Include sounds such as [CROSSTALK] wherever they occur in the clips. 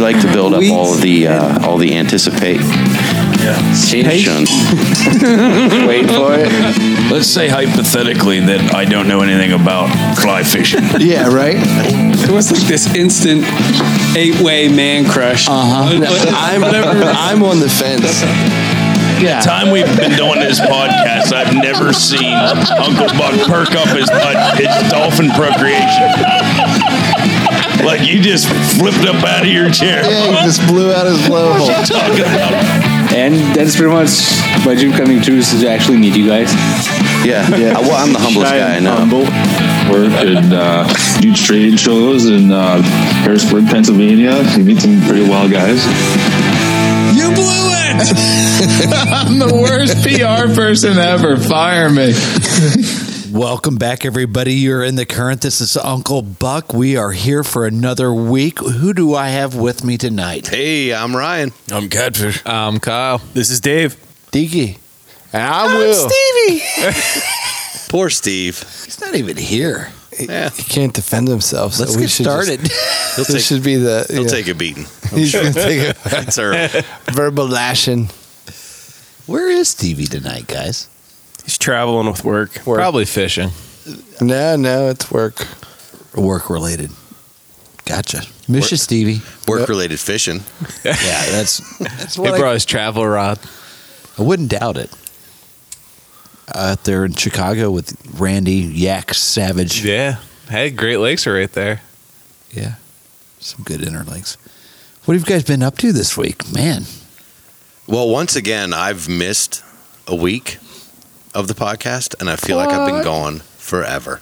like to build up all the uh, all the anticipate. Patient. Wait for it. Let's say hypothetically that I don't know anything about fly fishing. Yeah, right? It was like this instant eight-way man crush. Uh-huh. Uh I'm, I'm on the fence. The time we've been doing this podcast, I've never seen Uncle Buck perk up his butt. It's dolphin procreation. Like you just flipped up out of your chair. Yeah, he just blew out his blowhole. Talking about And that's pretty much why Jim Cutting True is actually need you guys. Yeah. I, well, I'm the humblest Shy guy I and know. humble. Work and uh, do trade shows in uh, Harrisburg, Pennsylvania. You meet some pretty wild guys. You blew it! [LAUGHS] I'm the worst PR person ever. Fire me. Welcome back, everybody. You're in the current. This is Uncle Buck. We are here for another week. Who do I have with me tonight? Hey, I'm Ryan. I'm catfish. I'm Kyle. This is Dave. Diggy. And I will. Oh, Stevie. [LAUGHS] Poor Steve. He's not even here. He can't defend himself. So Let's we get should just- started. He'll this take, should be the. he'll yeah. take a beating. He's gonna take a [LAUGHS] It's all right. verbal lashing. [LAUGHS] Where is Stevie tonight, guys? He's traveling with work. Probably fishing. No, no, it's work. Work related. Gotcha. Miss you, Stevie. Work related fishing. [LAUGHS] Yeah, that's. that's what I- his travel rod. I wouldn't doubt it. Out there in Chicago with Randy Yak Savage. Yeah. Hey, Great Lakes are right there. Yeah. Some good interlinks. What have you guys been up to this week? Man. Well, once again, I've missed a week of the podcast, and I feel like I've been gone forever.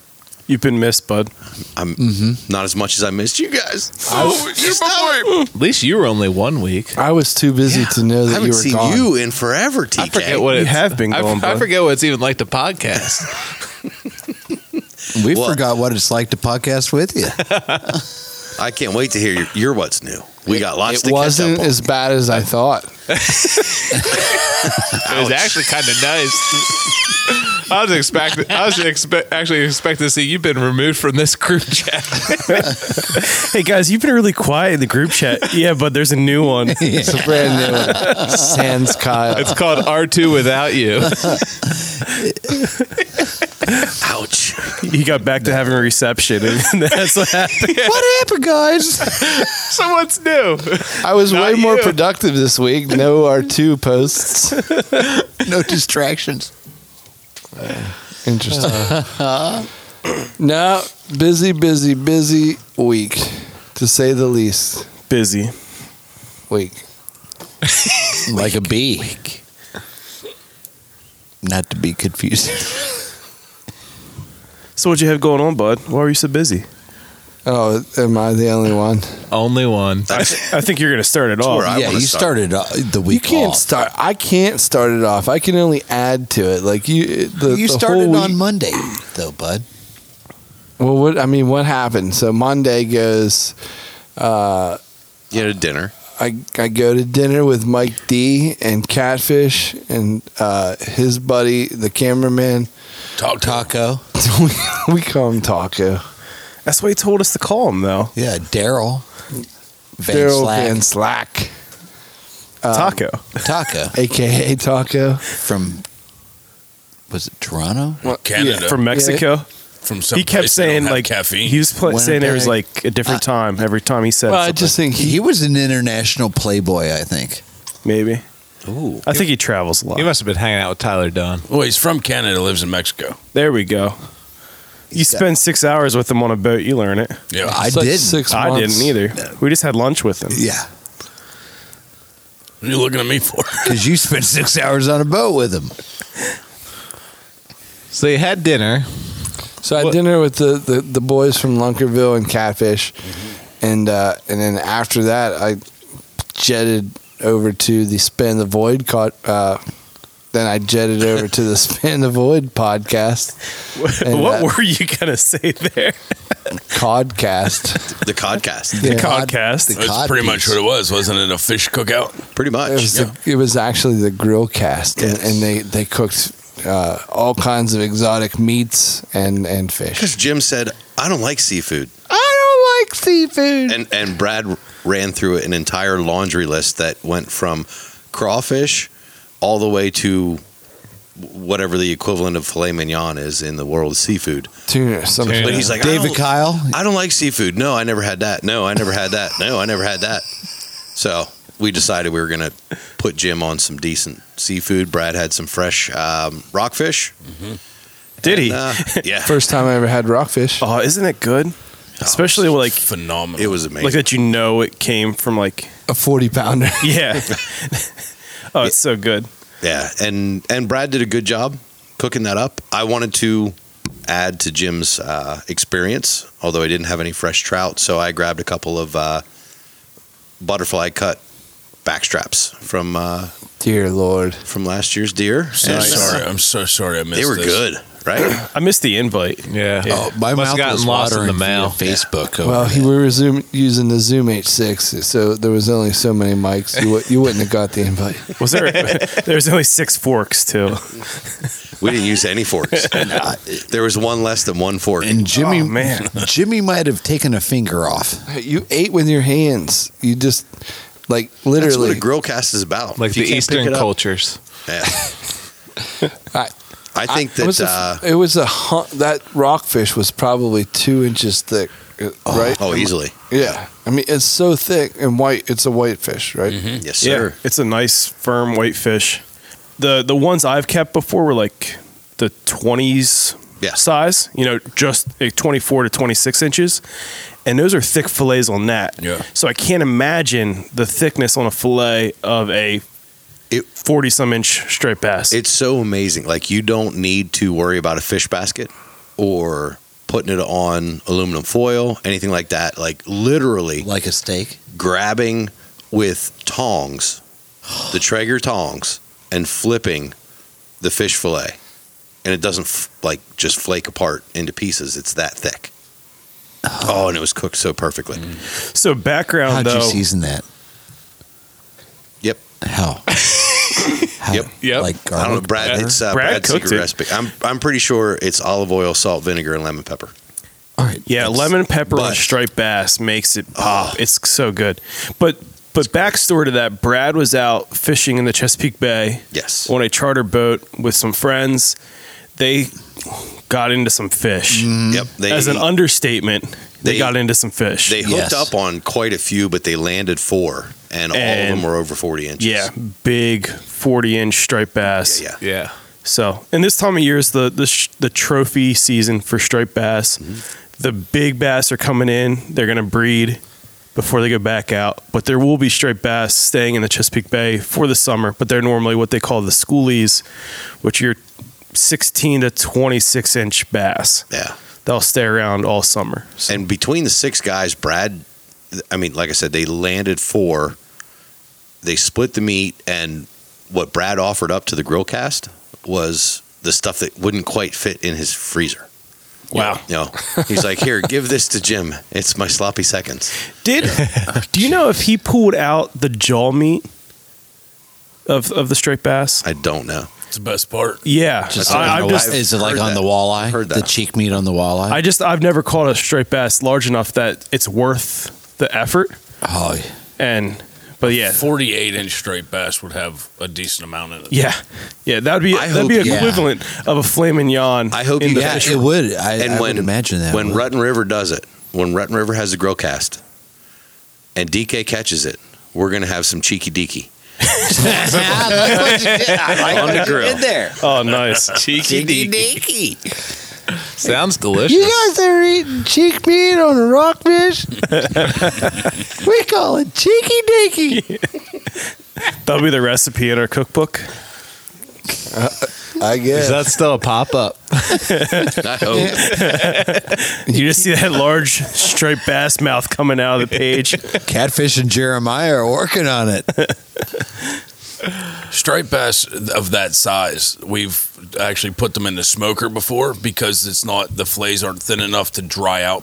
You've been missed, bud. I'm Mm-hmm. not as much as I missed you guys. Oh, At least you were only one week. I was too busy to know I that haven't you were seen gone. you in forever, TK. I forget what You it's, have been I- going, I, bud. forget what it's even like to podcast. We Well- forgot what it's like to podcast with [LAUGHS] you. I can't wait to hear your, your what's new. We got lots It to wasn't catch up on. as bad as I thought. it was actually kind of nice. [LAUGHS] I was expecting. I was expe- actually expecting to see you've been removed from this group chat. [LAUGHS] Hey guys, you've been really quiet in the group chat. Yeah, but there's a new one. It's a brand new one. Sans Kyle. [LAUGHS] It's called R two without you. Ouch. He got back to having reception, and that's what happened. what happened, guys? [LAUGHS] So what's new? I was way Not more you. productive this week. No R2 posts. [LAUGHS] no distractions. Interesting. [LAUGHS] no, busy, busy, busy week, to say the least. Busy. Week. Like a bee. Not to be confused. So what you have going on, bud? Why are you so busy? Oh, am I the only one? Only one. I think you're gonna start it [LAUGHS] where off. I Oh, yeah, wanna you start. started uh, the You week can't off. start. I can't start it off. I can only add to it. Like you, the, you the started whole on week- Monday, though, bud. Well, what I mean, what happened? So Monday goes. You had a dinner. I, I go to dinner with Mike D and Catfish and uh, his buddy, the cameraman. [LAUGHS] Talk Taco. we call him Taco. [LAUGHS] That's why he told us to call him, though. Yeah, Daryl. Van Daryl Slack. Van Slack, Um, Taco. Taco aka Taco. from, was it Toronto? Canada from Mexico. from he kept saying like He was pl- saying there was Winnipeg. like a different time every time he said Well, I something. just think he He was an international playboy, I think. maybe. Ooh. I think he travels a lot. You must have been hanging out with Tyler Dunn. well, he's from Canada, lives in Mexico. there we go. You spend six hours with him on a boat, you learn it. Yeah, I It's like did. six I months. didn't either. We just had lunch with him. Yeah. what are you looking at me for? Because you spent six hours on a boat [LAUGHS] with him. So you had dinner. So I had dinner with the, the, the boys from Lunkerville and Catfish, and uh, and then after that I jetted over to the Span the Void. Caught, uh, then I jetted over to the Span the Void podcast, And [LAUGHS] uh, what that- were you gonna say there? Codcast. [LAUGHS] The podcast. Yeah. The podcast. The That's pretty much codpiece. what it was, wasn't it? A fish cookout. Pretty It was much. Yeah. the, it was actually the grill cast, and, Yes. and they they cooked uh, all kinds of exotic meats and and fish. Because Jim said, I don't like seafood. I like seafood. and and Brad ran through an entire laundry list that went from crawfish all the way to whatever the equivalent of filet mignon is in the world of seafood. Tuna. Some Tuna. But he's like, I Oh. David don't, Kyle. I don't like seafood. No, I never had that. No, I never had that. No, I never had that. So we decided we were going to put Jim on some decent seafood. Brad had some fresh um, rockfish. Did he? Uh, yeah, First time I ever had rockfish. oh, isn't it good? Especially Oh, it's like it phenomenal. was amazing. like that you know it came from like A 40 pounder. [LAUGHS] yeah. oh, it's so good. Yeah, and and Brad did a good job cooking that up. I wanted to add to Jim's uh, experience, although I didn't have any fresh trout, so I grabbed a couple of uh, butterfly cut backstraps from uh, Dear Lord. from last year's deer. So And sorry. I'm so sorry. I missed. they were this. good, right? I missed the invite. Yeah. Yeah. Oh, my mouth gotten lost in the mail. Facebook. Oh, Well, he, we were Zoom, using the Zoom H6, so there was only so many mics. You, wou- you wouldn't have got the [LAUGHS] invite. Was [LAUGHS] there? There's only six forks too. We didn't use any forks. there was one less than one fork. And Jimmy, Oh, man. [LAUGHS] Jimmy might have taken a finger off. You ate with your hands. You just, like, That's what a literally. grill cast is about. Like If you the can't pick Eastern it up- cultures. Yeah. I- I think it that was a, uh, it was a hun- that rockfish was probably two inches thick, uh, right? oh, easily, Yeah, I mean it's so thick and white. It's a white fish, right? yes, sir. it's a nice firm white fish. The the ones I've kept before were like the twenties Yeah. size, you know, just like twenty four to twenty six inches, and those are thick fillets on that. Yeah. So I can't imagine the thickness on a fillet of a It- forty some inch straight bass. It's so amazing. Like you don't need to worry about a fish basket or putting it on aluminum foil, anything like that. Like literally Like a steak? grabbing with tongs, the Traeger tongs, and flipping the fish fillet, and it doesn't f- like just flake apart into pieces. It's that thick. Oh, and it was cooked so perfectly. so background How'd though. you season that? Yep. How? How? Yep. Yep. Like I don't know, garlic? Brad. pepper? It's uh, Brad Brad's cooked secret it. recipe. I'm I'm pretty sure it's olive oil, salt, vinegar, and lemon pepper. All right. Yeah, That's- lemon pepper on but- striped bass makes it pop. It's so good. But but backstory to that, Brad was out fishing in the Chesapeake Bay Yes. on a charter boat with some friends. They got into some fish. Yep. They, As an understatement, they, They- got into some fish. They hooked Yes. up on quite a few, but they landed four, and, all And- of them were over forty inches. yeah, big forty inch striped bass. yeah, yeah. Yeah. So, and this time of year is the the, sh- the trophy season for striped bass. The big bass are coming in; they're going to breed before they go back out. But there will be striped bass staying in the Chesapeake Bay for the summer. But they're normally what they call the schoolies, which are your 16 to 26 inch bass. yeah. They'll stay around all summer. So, And between the six guys, Brad, I mean, like I said, they landed four. They split the meat, and what Brad offered up to the grill cast was the stuff that wouldn't quite fit in his freezer. wow! You know, he's like, "Here, give this to Jim. It's my sloppy seconds." [LAUGHS] Did do you know if he pulled out the jaw meat of of the striped bass? I don't know. It's the best part. Yeah, Just I- like on I've the just- wa- is it like heard on the that. walleye? Heard The that. cheek meat on the walleye? I just I've never caught a straight bass large enough that it's worth the effort. oh, And but yeah, 48 inch straight bass would have a decent amount in it. yeah, yeah. That would be I that'd be hope- yeah. equivalent of a flame mignon. I hope in you the get yeah, fish- it would. I, and I when would imagine that. when would- Rutten River does it, when Rutten River has the grill cast, and DK catches it, we're gonna have some cheeky deaky on the grill. there. Oh, [LAUGHS] nice. Cheeky Sounds You delicious. guys are eating cheek meat on a [LAUGHS] rockfish. we call it cheeky dinky. [LAUGHS] That'll be the recipe in our cookbook. I guess. That's still a pop up. I hope. [LAUGHS] You just see that large straight bass mouth coming out of the page. Catfish and Jeremiah are working on it. Striped bass of that size, we've actually put them in the smoker before because it's not the fillets aren't thin enough to dry out,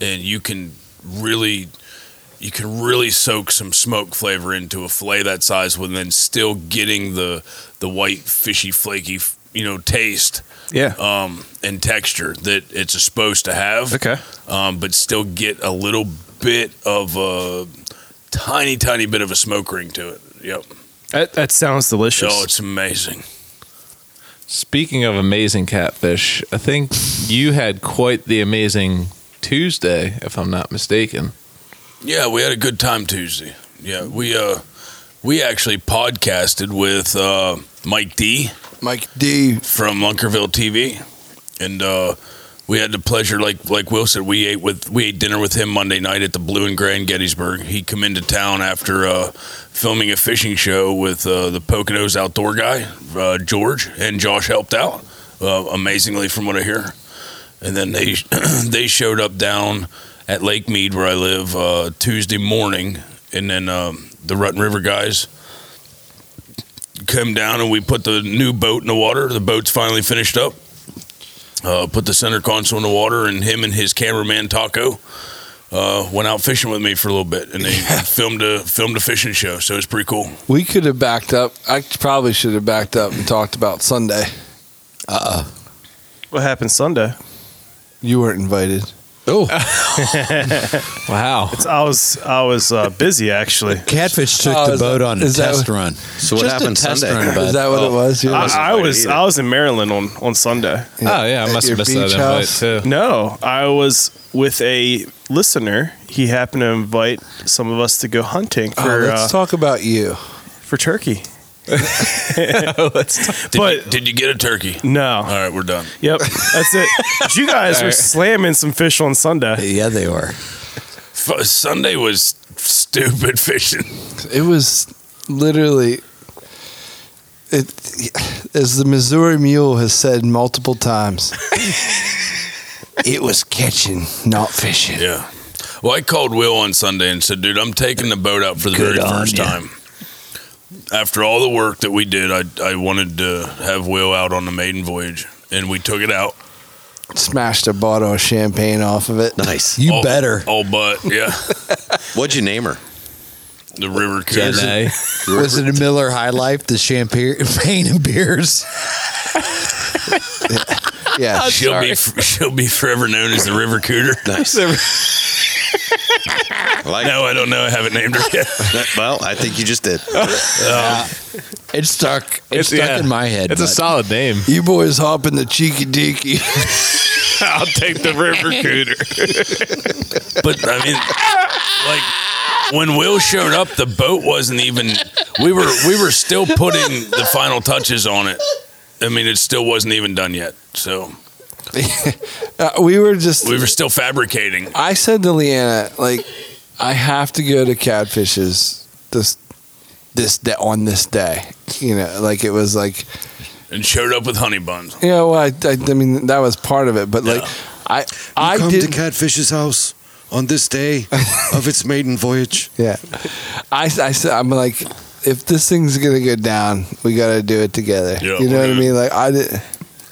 and you can really, you can really soak some smoke flavor into a fillet that size, when then still getting the the white fishy flaky f- you know taste Yeah. um, and texture that it's supposed to have. Okay. Um, but still get a little bit of a tiny, tiny bit of a smoke ring to it. Yep. That, that sounds delicious. Oh, it's amazing. Speaking of amazing catfish, I think you had quite the amazing Tuesday, if I'm not mistaken. Yeah, we had a good time Tuesday. Yeah, we uh, we actually podcasted with uh, Mike D. Mike D from Lunkerville TV, and uh, we had the pleasure, like like Will said, we ate with we ate dinner with him Monday night at the Blue and Gray in Gettysburg. He come into town after uh, filming a fishing show with uh, the Poconos outdoor guy uh, George, and Josh helped out uh, amazingly, from what I hear. And then they [CLEARS THROAT] they showed up down at Lake Mead where I live uh, Tuesday morning, and then um, the Rutten River guys came down and we put the new boat in the water. The boat's finally finished up. Uh, put the center console in the water, and him and his cameraman Taco uh, went out fishing with me for a little bit, and [LAUGHS] they filmed a filmed a fishing show. So it's pretty cool. We could have backed up. I probably should have backed up and talked about Sunday. Uh-uh. Uh uh What happened Sunday? You weren't invited. Oh, wow! It's, I was I was uh, busy actually. Catfish took Oh, the is boat that- on a is that test what- run. So what Just a happened test Sunday? run, bud. Is that oh, what it was? You wasn't I, I invited was either. I was in Maryland on on Sunday. Oh, yeah, I At must your have missed that beach invite, house? too. No, I was with a listener. He happened to invite some of us to go hunting Oh, for let's uh, talk about you. Oh, [LAUGHS] for turkey. [LAUGHS] Did, you, did you get a turkey? No. [LAUGHS] All right, we're done. Yep, that's it. But [LAUGHS] you guys were slamming some fish on Sunday. Yeah, they were. F- Sunday was stupid [LAUGHS] fishing. It was literally it as the Missouri Mule has said multiple times. [LAUGHS] it was catching, not fishing. Yeah. Well, I called Will on Sunday and said, "Dude, I'm taking the boat out for the Good very on first ya. time." After all the work that we did, I I wanted to have Will out on the maiden voyage, and we took it out. Smashed a bottle of champagne off of it. Nice. You Oh, All- better. All but [LAUGHS] yeah. What'd you name her? The River Jenna. Cougar. [LAUGHS] Was it a Miller High Life, the champagne [LAUGHS] and beers? [LAUGHS] Yeah, she'll be she'll be forever known as the River [LAUGHS] Cooter. Nice. [LAUGHS] no, I don't know. I haven't named her yet. well, I think you just did. Um, It stuck. It stuck in my head. It's a bud. solid name. You boys hop in the cheeky deaky. I'll take the river cooter. [LAUGHS] but I mean, like when Will showed up, the boat wasn't even. We were we were still putting the final touches on it. I mean, it still wasn't even done yet. So [LAUGHS] Uh, we were just we were still fabricating. I said to Leanna, like, I have to go to Catfish's this this day on this day. You know, like it was like And showed up with honey buns. you know, I, I, I mean that was part of it, but like I I come did to Catfish's house on this day of its maiden voyage. yeah. I I said I'm like if this thing's gonna go down, we gotta do it together. Yeah, you we're know what I gonna- mean? Like I did.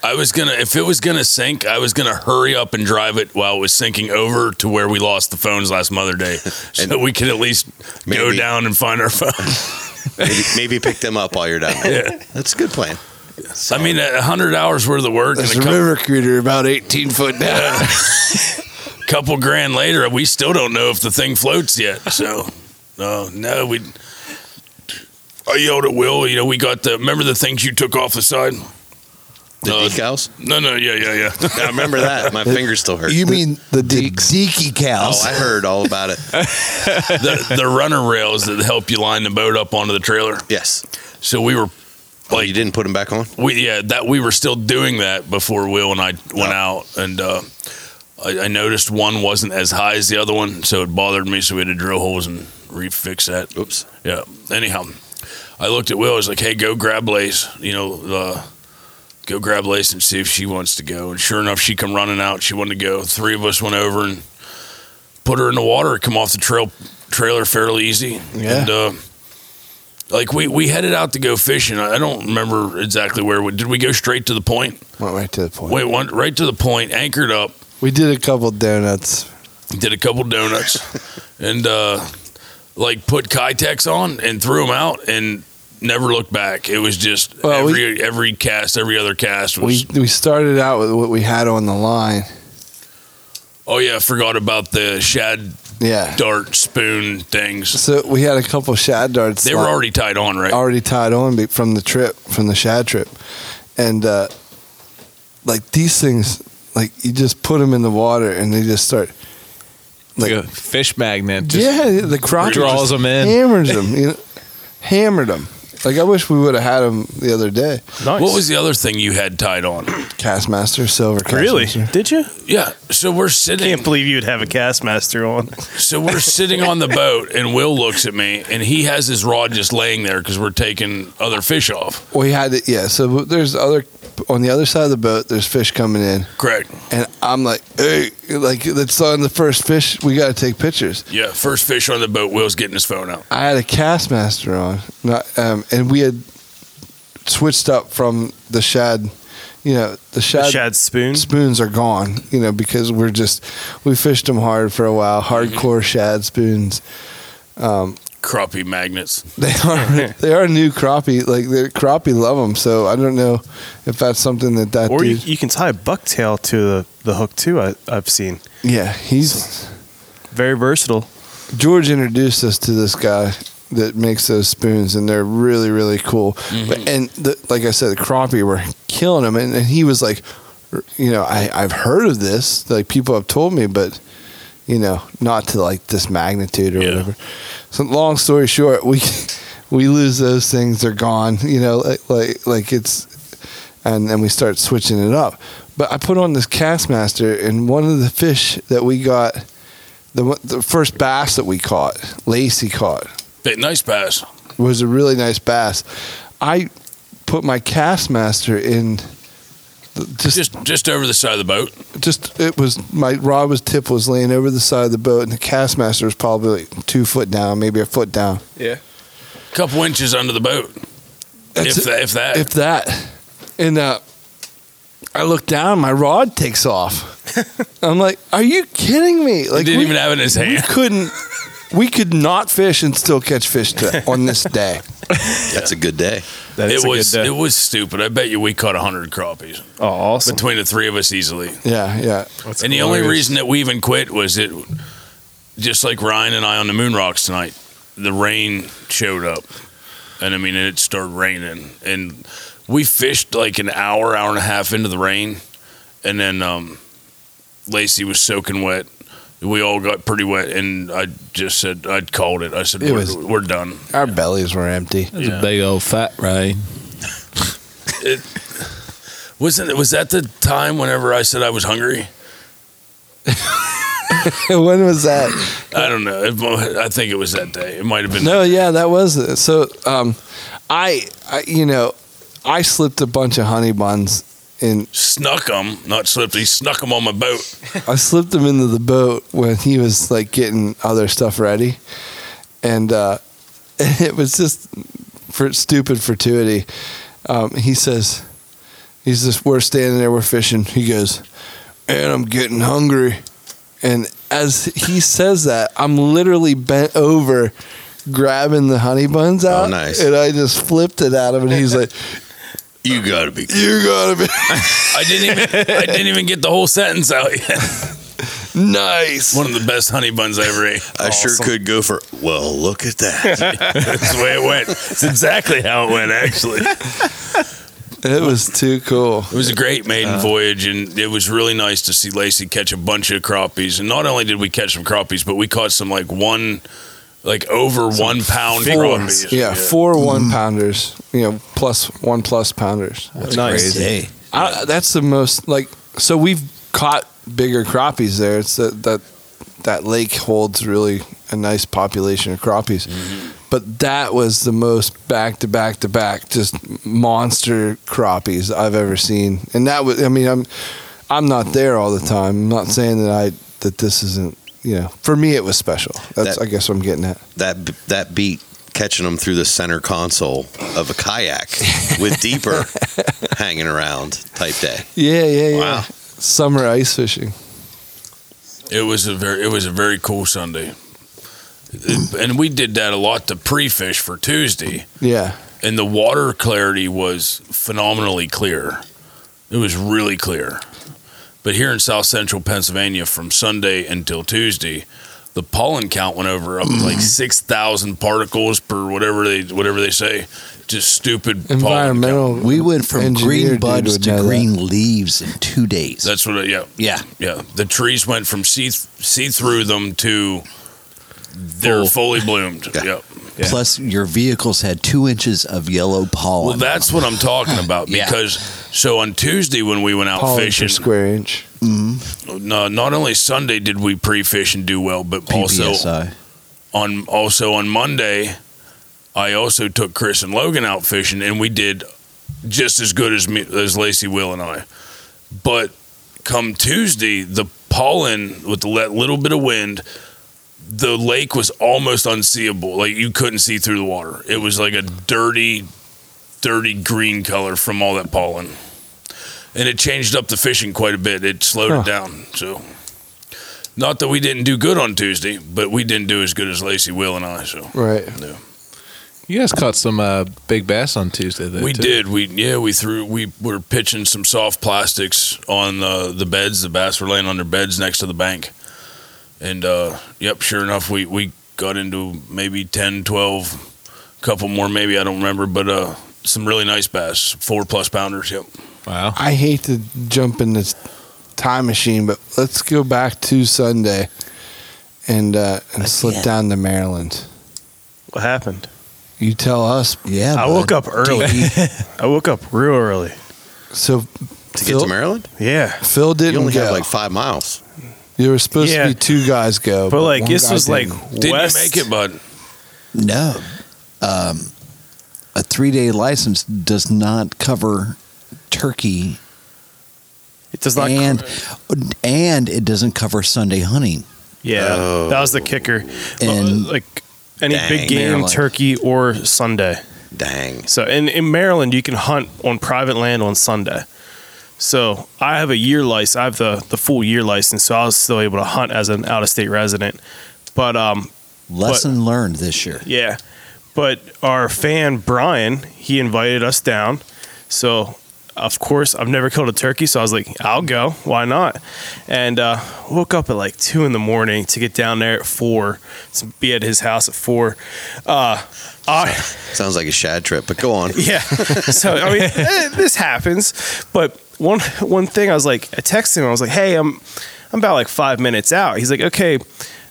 I was gonna if it was gonna sink, I was gonna hurry up and drive it while it was sinking over to where we lost the phones last Mother Day, so we could at least go Maybe. down and find our phone. Maybe, maybe pick them up while you're down there. That's a good plan. I mean, a hundred hours worth of work. [LAUGHS] There's and a a couple, river cruiser about 18 foot down. couple grand later, we still don't know if the thing floats yet. So, no, no, we. I yelled at Will. You know, we got the. Remember the things you took off the side? The Uh, decals? No, no, yeah, yeah, yeah. [LAUGHS] I remember [LAUGHS] that. My fingers still hurt. You mean [LAUGHS] the deaky cows? Oh, I heard all about it. the, the runner rails that help you line the boat up onto the trailer. Yes. So we were Like you didn't put them back on. We yeah, that we were still doing that before Will and I went out, and uh, I, I noticed one wasn't as high as the other one, so it bothered me. So we had to drill holes and refix that. Oops. Yeah. Anyhow, I looked at Will. I was like, "Hey, go grab Lace. You know, uh, go grab Lace and see if she wants to go." And sure enough, she come running out. She wanted to go. Three of us went over and put her in the water. Come off the trail trailer fairly easy. Yeah. And, uh, like we, we headed out to go fishing. I I don't remember exactly where. We, did we go straight to the point? Went right to the point. Wait, one right to the point, anchored up, We did a couple donuts. did a couple donuts, and uh, like put Kitex on and threw them out, and Never looked back. It was just Well, we- every every cast, every other cast was. We we started out with what we had on the line. oh yeah, I forgot about the shad Yeah. dart spoon things. So we had a couple shad darts. They were like- already tied on, right? Already tied on be- from the trip, from the shad trip, and uh, like these things, like you just put them in the water and they just start. Like a fish magnet. Just yeah, the crop draws them in. hammers [LAUGHS] them, you know, hammered them. Like I wish we would have had them the other day. What was the other thing you had tied on? [CLEARS THROAT] Castmaster silver. Castmaster. Really? Did you? Yeah. So we're sitting. Can't believe you'd have a Castmaster on. So we're sitting [LAUGHS] on the boat, and Will looks at me, and he has his rod just laying there because we're taking other fish off. We had it. Yeah. So there's other on the other side of the boat. There's fish coming in. Correct. And I'm like, hey, like that's on the first fish. We got to take pictures. Yeah. First fish on the boat, Will's getting his phone out. I had a Castmaster on, not, um, and we had switched up from the shad. You know, the shad, Shad spoon. spoons are gone. You know, because we're just we fished them hard for a while. Mm-hmm. Hardcore shad spoons. [LAUGHS] Um, Crappie magnets. they are [LAUGHS] they are new crappie. Like the crappie love them. So I don't know if that's something that that Or you, dude. you can tie a bucktail to the, the hook too. I, I've seen yeah, he's very versatile. George introduced us to this guy that makes those spoons, and they're really, really cool. But, and the, like I said, the crappie were killing him, and, and he was like, you know, I, I've heard of this, like people have told me, but you know, not to like this magnitude or whatever. So long story short, we [LAUGHS] we lose those things; they're gone. You know, like like, like it's, and then we start switching it up. But I put on this Castmaster, and one of the fish that we got the one- the first bass that we caught, Lacey caught, Bit nice bass. was a really nice bass. I put my castmaster in. the- Just, just, Just just over the side of the boat. it was my rod was tip was laying over the side of the boat, and the castmaster was probably two foot down, maybe a foot down. couple inches under the boat. That's if it. that, if that. If that, and uh, I look down, my rod takes [LAUGHS] off. I'm like, are you kidding me? Like, he didn't we- even have it in his [LAUGHS] we hand. couldn't. We could not fish and still catch fish to, [LAUGHS] on this day. That's a good day. That is It a uh, was good day. it was stupid. I bet you we caught hundred crappies Oh, awesome! between the three of us easily. Yeah, yeah. That's and the only glorious. reason that we even quit was it, just like Ryan and I on the Moon Rocks tonight, the rain showed up, and I mean it started raining, and we fished like an hour, hour and a half into the rain, and then um, Lacey was soaking wet. We all got pretty wet, and I just said I would called it. I said It we're, was- we're done. Our bellies were [LAUGHS] empty. That's Oh, a big old fat rain. Wasn't it? Was that the time whenever I said I was hungry? [LAUGHS] when was that? I don't know. It- I think it was that day. It might have been. No, yeah, that was it. So, um, I, I, you know, I slipped a bunch of honey buns in. Snuck them, not slipped. He snuck them on my boat. I slipped them into the boat when he was like getting other stuff ready, and uh, [LAUGHS] it was just for stupid fortuity. Um, he says, he's just we're standing there, we're fishing. He goes, and I'm getting hungry. And as he says that, I'm literally bent over, grabbing the honey buns out. nice. And I just flipped it at him, and he's like, You gotta be. "You gotta be I didn't even. I didn't even get the whole sentence out yet. [LAUGHS] nice." One of the best honey buns I ever ate. I sure could go for. Well, look at that. That's the way it went. It's exactly how it went. Actually, it It was too cool. was a great maiden Uh. voyage, and it was really nice to see Lacey catch a bunch of crappies. And not only did we catch some crappies, but we caught some like one, like over one pound crappies. Yeah, four one pounders. You know, plus one plus pounders. That's Nice. crazy. Hey, I, that's the most like. So we've caught bigger crappies there. It's that that that lake holds really a nice population of crappies. But that was the most back to back to back, just monster crappies I've ever seen. And that was, I mean, I'm I'm not there all the time. I'm not saying that I that this isn't. You know, for me it was special. That's That- I guess what I'm getting at. that that beat catching them through the center console of a kayak with deeper hanging around type day. Yeah, yeah, yeah. Wow. Summer ice fishing. It was a very it was a very cool Sunday. And we did that a lot to pre-fish for Tuesday, Yeah. and the water clarity was phenomenally clear. It was really clear. But here in South Central Pennsylvania, from Sunday until Tuesday, the pollen count went [CLEARS THROAT] over up to like six thousand particles per whatever they whatever they say. Just stupid pollen. Environmental. We went from engineer green dude buds would to know that. green leaves in two days. That's what. It, yeah. Yeah. Yeah. The trees went from see see through them to they're fully bloomed. Yep. Plus, your vehicles had two inches of yellow Well, pollen. that's what I'm talking [LAUGHS] about Yeah. because so on Tuesday when we went out Pollen per fishing, square inch. no, not only Sunday did we pre-fish and do well, but also PPSI. on also on Monday, I also took Chris and Logan out fishing, and we did just as good as me, as Lacey, Will, and I. But come Tuesday, the pollen with the le- little bit of wind, the lake was almost unseeable. Like you couldn't see through the water. It was like a dirty, dirty green color from all that pollen. And it changed up the fishing quite a bit. It slowed Huh. it down. So, not that we didn't do good on Tuesday, but we didn't do as good as Lacey, Will, and I. So Right. You guys caught some uh, big bass on Tuesday, though. we too. did. We yeah, we threw. We were pitching some soft plastics on the the beds. The bass were laying on their beds next to the bank. And uh, yep, sure enough, we we got into maybe 10, 12, couple more maybe I don't remember, but uh, some really nice bass, four plus pounders. Yep. Wow. I hate to jump in this time machine, but let's go back to Sunday and uh, and slip Again. down to Maryland. What happened? You tell us. Yeah. I bud. woke up early. [LAUGHS] I woke up real early. So to Phil- get to Maryland. Yeah. Phil You didn't only go. have like five miles. there were supposed Yeah. to be two guys go, But like one this guy was like didn't. Didn't west. you make it, bud? No. Um, a three day license does not cover turkey It does not. and and it doesn't cover Sunday hunting. yeah, Oh. that was the kicker. And- like any Dang, big game, Maryland. turkey or Sunday. Dang. So in, in Maryland, you can hunt on private land on Sunday. So I have a year license. I have the, the full year license, so I was still able to hunt as an out of state resident. But um, Lesson learned this year. yeah, but our fan Brian, he invited us down. So of course, I've never killed a turkey, so I was like, I'll go. Why not? And uh, woke up at like two in the morning to get down there at four to be at his house at four. Uh, I. Sounds like a shad trip, but go on. [LAUGHS] Yeah. So I mean, eh, this happens. But one one thing, I was like, I texted him. I was like, "Hey, I'm I'm about like five minutes out." He's like, "Okay,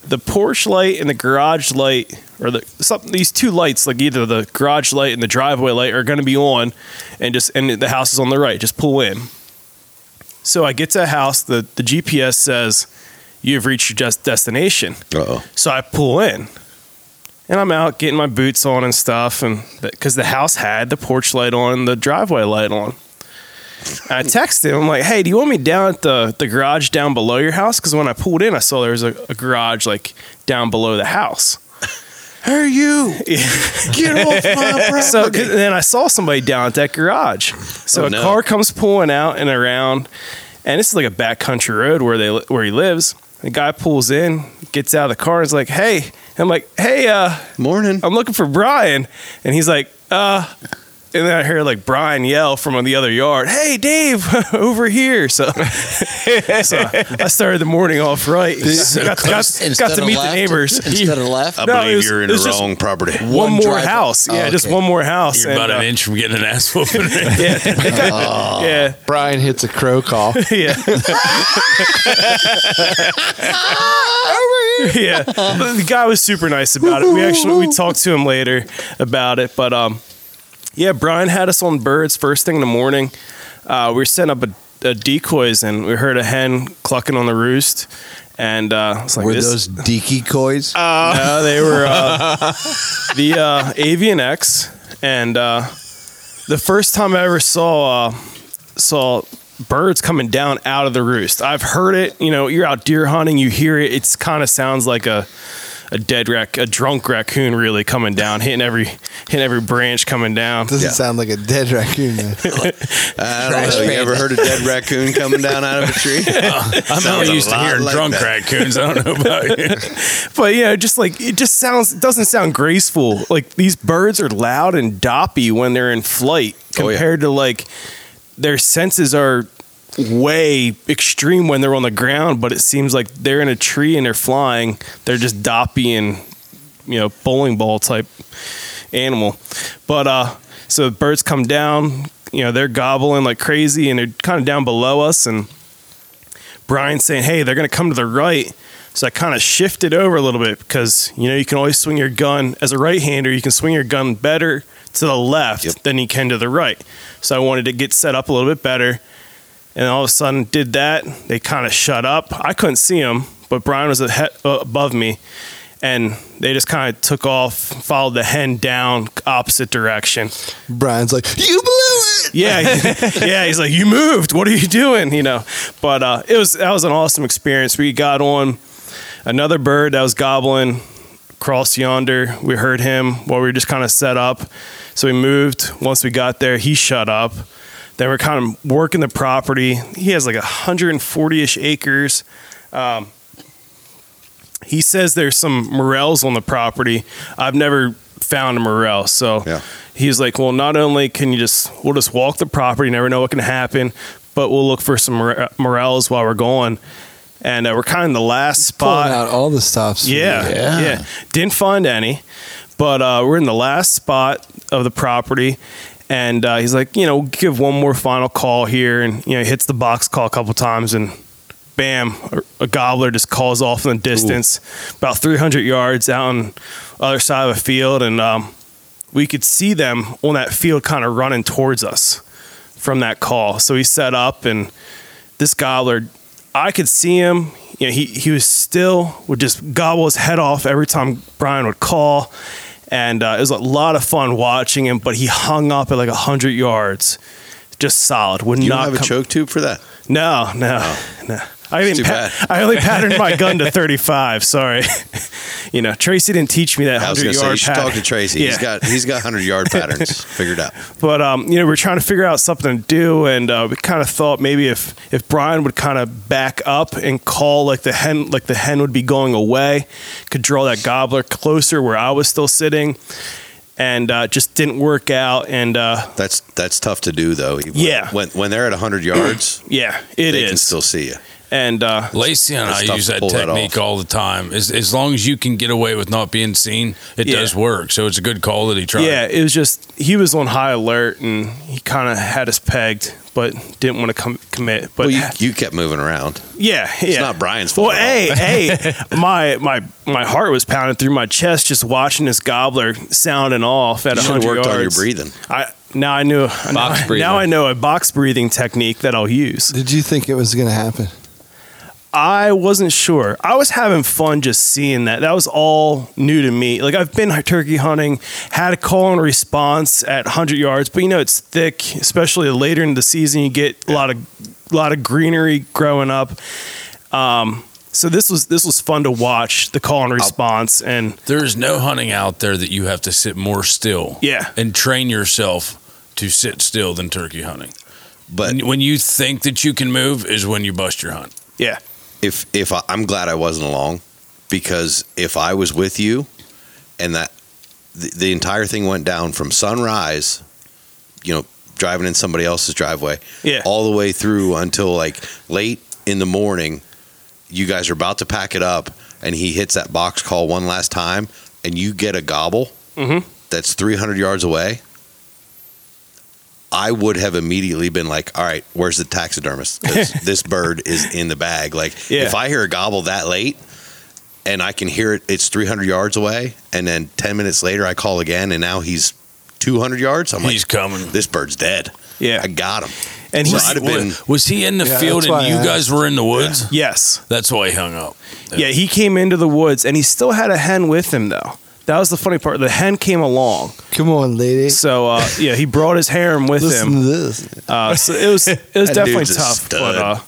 the porch light and the garage light, or the something these two lights, like either the garage light and the driveway light, are going to be on, and just and the house is on the right. Just pull in." So I get to a house. The the GPS says you have reached your just destination. Uh oh. So I pull in and I'm out getting my boots on and stuff. And because the house had the porch light on and the driveway light on. And I text him, I'm like, hey, do you want me down at the, the garage down below your house? Because when I pulled in, I saw there was a, a garage like down below the house. Are you? Get off my property. So and then I saw somebody down at that garage. So Oh, a no. car comes pulling out and around, and this is like a backcountry road where they li- where he lives. The guy pulls in, gets out of the car, and is like, "Hey," I'm like, "Hey, uh, Morning. I'm looking for Brian. And he's like, uh, and then I hear like Brian yell from the other yard, Hey, Dave, [LAUGHS] over here. So, [LAUGHS] so I started the morning off right. got, got- got to meet the neighbors. [LAUGHS] Um, Instead of left. I [LAUGHS] No, it believe was- you're in it the was just wrong property. one, one more drive- house. Oh, Yeah, just okay. one more house. You're about and, an uh, inch from getting an ass whooping. [LAUGHS] [LAUGHS] Oh. yeah, Brian hits a crow call. [LAUGHS] yeah. yeah. But The guy was super nice about it. We actually we talked to him later about it, but um, yeah, Brian had us on birds first thing in the morning. Uh, we were setting up a, a decoys and we heard a hen clucking on the roost, and uh, I was like, Were this- those decoys? no, they were uh, the uh, Avian X, and uh, the first time I ever saw uh, saw birds coming down out of the roost. I've heard it. You know, you're out deer hunting, you hear it. It's kind of sounds like a a dead rac, a drunk raccoon, really coming down, hitting every hitting every branch coming down. Doesn't sound like a dead raccoon. though. I don't know. You ever heard a dead raccoon coming down out of a tree? I'm not Sounds a used to lot hearing like drunk that. raccoons. I don't know about you. but you know, just like it just sounds it doesn't sound graceful. Like these birds are loud and doppy when they're in flight Oh, yeah. compared to like their senses are way extreme when they're on the ground, but it seems like they're in a tree and they're flying. They're just doppy and you know, bowling ball type animal. But uh so the birds come down, you know, they're gobbling like crazy and they're kind of down below us and Brian's saying, "Hey, they're going to come to the right." So I kind of shifted over a little bit because you know you can always swing your gun as a right-hander. You can swing your gun better to the left than you can to the right. So I wanted to get set up a little bit better, and all of a sudden did that. They kind of shut up. I couldn't see them, but Brian was ahead, uh, above me, and they just kind of took off, followed the hen down opposite direction. Brian's like, you blew it. Yeah, [LAUGHS] yeah. He's like, "You moved. What are you doing?" You know. But uh, it was that was an awesome experience. We got on another bird that was gobbling across yonder. We heard him while we were just kind of set up. So we moved. Once we got there, he shut up. Then we're kind of working the property. He has like 140 ish acres. Um, he says there's some morels on the property. I've never found a morel, so he's like, "Well, not only can you just we'll just walk the property, never know what can happen, but we'll look for some more- uh, morels while we're going." And uh, we're kind of the last Pulling spot. out all the stops. Yeah, yeah. Didn't find any, but uh, we're in the last spot of the property. And uh, he's like, you know, give one more final call here. And, you know, he hits the box call a couple times and bam, a, a gobbler just calls off in the distance, about 300 yards out on other side of a field. And um, we could see them on that field kind of running towards us from that call. So he set up and this gobbler, I could see him. You know, he he was still would just gobble his head off every time Brian would call, and uh, it was a lot of fun watching him. But he hung up at like hundred yards, just solid. Would You don't not have a come- choke tube for that? No, no, no. I It's even too pa- bad. I only patterned my [LAUGHS] gun to thirty five. Sorry, [LAUGHS] you know Tracy didn't teach me that I was going hundred to say you yard should pattern. talk to Tracy. He's Yeah. got he's got hundred yard patterns figured out. But um, you know, we are trying to figure out something to do, and uh, we kind of thought maybe if if Brian would kind of back up and call like the hen, like the hen would be going away, could draw that gobbler closer where I was still sitting, and uh, just didn't work out. And uh, That's that's tough to do though. When- Yeah. when when they're at hundred yards, yeah, [CLEARS THROAT] it they is. can still see you. and uh, Lacey and It's I tough use to that pull that technique off. all the time. As, as long as you can get away with not being seen, it Yeah. does work. So it's a good call that he tried. yeah, it was just he was on high alert, and he kind of had us pegged, but didn't want to com- commit. But Well, you, you kept moving around. Yeah, yeah. not Brian's Well, fault hey, at [LAUGHS] hey, my my my heart was pounding through my chest just watching this gobbler sounding off at You a should have hundred worked yards. on your breathing. I now I knew box now, breathing. now I know a box breathing technique that I'll use. Did you think it was going to happen? I wasn't sure. I was having fun just seeing that. That was all new to me. Like I've been turkey hunting, had a call and response at 100 yards, but you know it's thick, especially later in the season. You get a lot of lot of greenery growing up. Um, so this was this was fun to watch the call and response, and There's no hunting out there that you have to sit more still. Yeah. And train yourself to sit still than turkey hunting. But And when you think that you can move is when you bust your hunt. yeah, if if I, I'm glad I wasn't along because if I was with you and that the, the entire thing went down from sunrise, you know, driving in somebody else's driveway, Yeah. all the way through until like late in the morning, you guys are about to pack it up, and he hits that box call one last time, and you get a gobble Mhm. that's 300 yards away. I would have immediately been like, "All right, where's the [LAUGHS] taxidermist? 'Cause this bird is in the bag." Like, Yeah. if I hear a gobble that late, and I can hear it, it's 300 yards away, and then 10 minutes later I call again, and now he's 200 yards. I'm He's like, coming. "This bird's dead. yeah, I got him." and So he I'd have been Was he in the Yeah, field that's and why you I guys were in the woods? yes, That's why he hung up. yeah, he came into the woods, and he still had a hen with him though. That was the funny part. The hen came along, Come on, lady. so uh, yeah, he brought his harem with Listen him. to this. Uh, so it was it was That definitely dude's a tough, stud. but uh,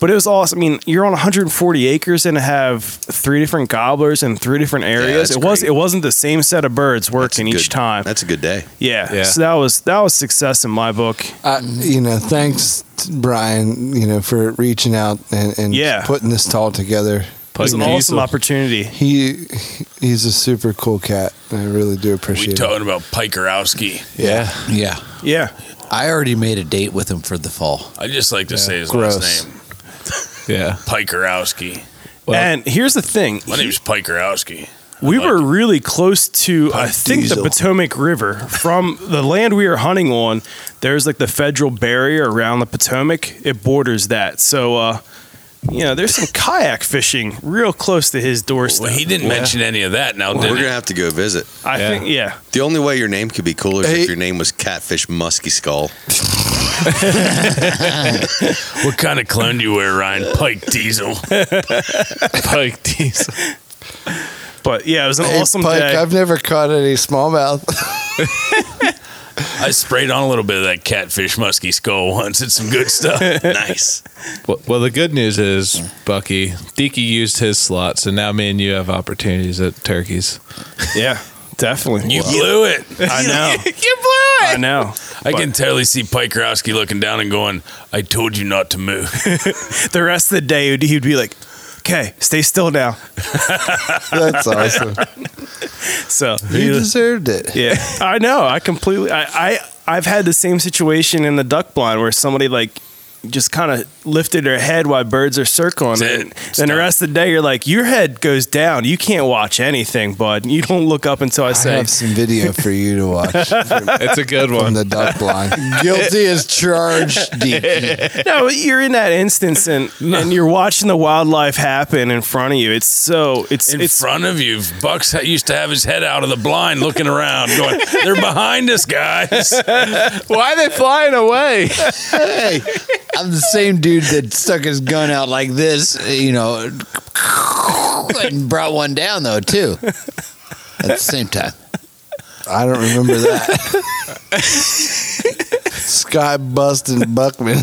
But it was awesome. I mean, you're on 140 acres and have three different gobblers in three different areas. that's it was great. it wasn't the same set of birds working each time. That's a good day. Yeah. Yeah. So that was that was success in my book. I, you know, thanks, to Brian. You know, for reaching out and, and Yeah. putting this all together. It was an awesome opportunity. He he's a super cool cat. and I really do We appreciate it. talking about Pikerowski. Yeah, yeah, yeah. I already made a date with him for the fall. I just like to say his Gross. last name, Yeah, Pikerowski. and here's the thing. My name's Pikerowski. We were really close to, I think, diesel. the Potomac River. From the land we were hunting on, there's like the federal barrier around the Potomac. It borders that. So, uh, you know, there's some kayak fishing real close to his doorstep. Well, he didn't mention any of that. Now, We're did gonna he? have to go visit. I think, yeah. The only way your name could be cooler is Hey. if your name was Catfish Musky Skull. what kind of clone do you wear, Ryan? Pike Diesel. Pike Diesel. But yeah, it was an Hey, awesome Pike, day. I've never caught any smallmouth. [LAUGHS] I sprayed on a little bit of that catfish musky skull once. It's some good stuff. nice. Well, well, the good news is, Bucky, Deaky used his slot, so now me and you have opportunities at turkeys. Yeah, definitely. You blew it. I know. [LAUGHS] you blew it. I know. I can totally see Pikerowski looking down and going, I told you not to move. [LAUGHS] the rest of the day, he'd- he'd be like, okay, stay still now. [LAUGHS] That's awesome. So You deserved it. Yeah, [LAUGHS] I know. I completely. I, I I've had the same situation in the duck blind where somebody like just kind of lifted their head while birds are circling. That's it. And then the rest of the day, you're like, your head goes down. You can't watch anything, bud. You don't look up until I I say. have some video for you to watch. [LAUGHS] It's a good From one. the duck blind. Guilty as charged, Deaky. no, you're in that [LAUGHS] instance, and and you're watching the wildlife happen in front of you. It's so it's In [LAUGHS] it's front of you, Bucks used to have his head out of the blind looking around, going, They're behind us, guys. Why are they flying away? hey, I'm the same dude that stuck his gun out like this, you know, and brought one down though too. At the same time, I [LAUGHS] don't remember that. Sky busting Buckman.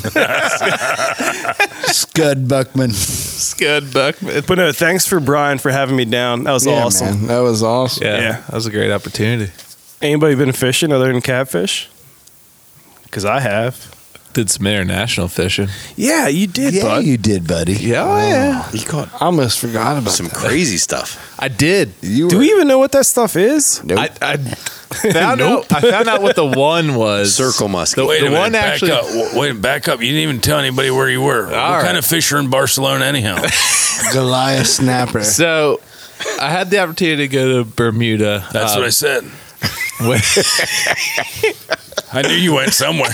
Scud Buckman. Scud Buckman. But no, thanks for Brian for having me down. That was Yeah, awesome. man, that was awesome. Yeah, Yeah. that was a great opportunity. Anybody been fishing other than catfish? Because I have. Did some international fishing. Yeah, you did, Yeah, bud. you did, buddy. Yeah, yeah. He caught I almost forgot about some that. crazy stuff. I did. You Do were- we even know what that stuff is? I, [LAUGHS] I found out. I found out what the one was. Circle musky. The, Wait the a minute, one back actually. up. W- Wait, back up. You didn't even tell anybody where you were. what All kind right. of fish are in Barcelona, anyhow? Goliath [LAUGHS] [LAUGHS] snapper. So I had the opportunity to go to Bermuda. That's uh, what [LAUGHS] I said. with I knew you went somewhere.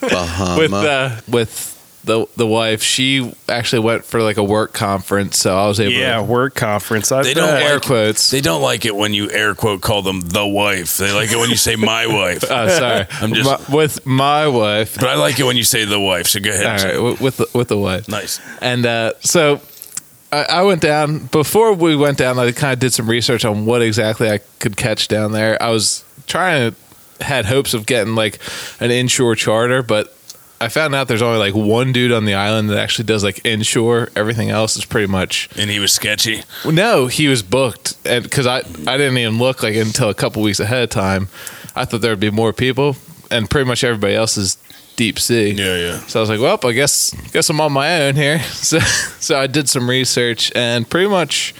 Bahama. with, uh, with the the wife. She actually went for like a work conference, so I was able. Yeah, to, word conference. I They don't don't bet. air like- quotes. They don't like it when you air quote call them the wife. They like it when you say my wife. [LAUGHS] oh, sorry. I'm just- My- with my wife. But I like it when you say the wife. So go ahead. All right, wi- with the, with the wife. Nice. And uh, so I, I went down before we went down. I kind of did some research on what exactly I could catch down there. I was trying to had hopes of getting like an inshore charter, but I found out there's only like one dude on the island that actually does like inshore. Everything else is pretty much And he was sketchy. well, no. He was booked, and because I I didn't even look like until a couple weeks ahead of time. I thought there would be more people, and pretty much everybody else is deep sea. Yeah, yeah. So I was like, well, I guess guess I'm on my own here. [LAUGHS] So so I did some research and pretty much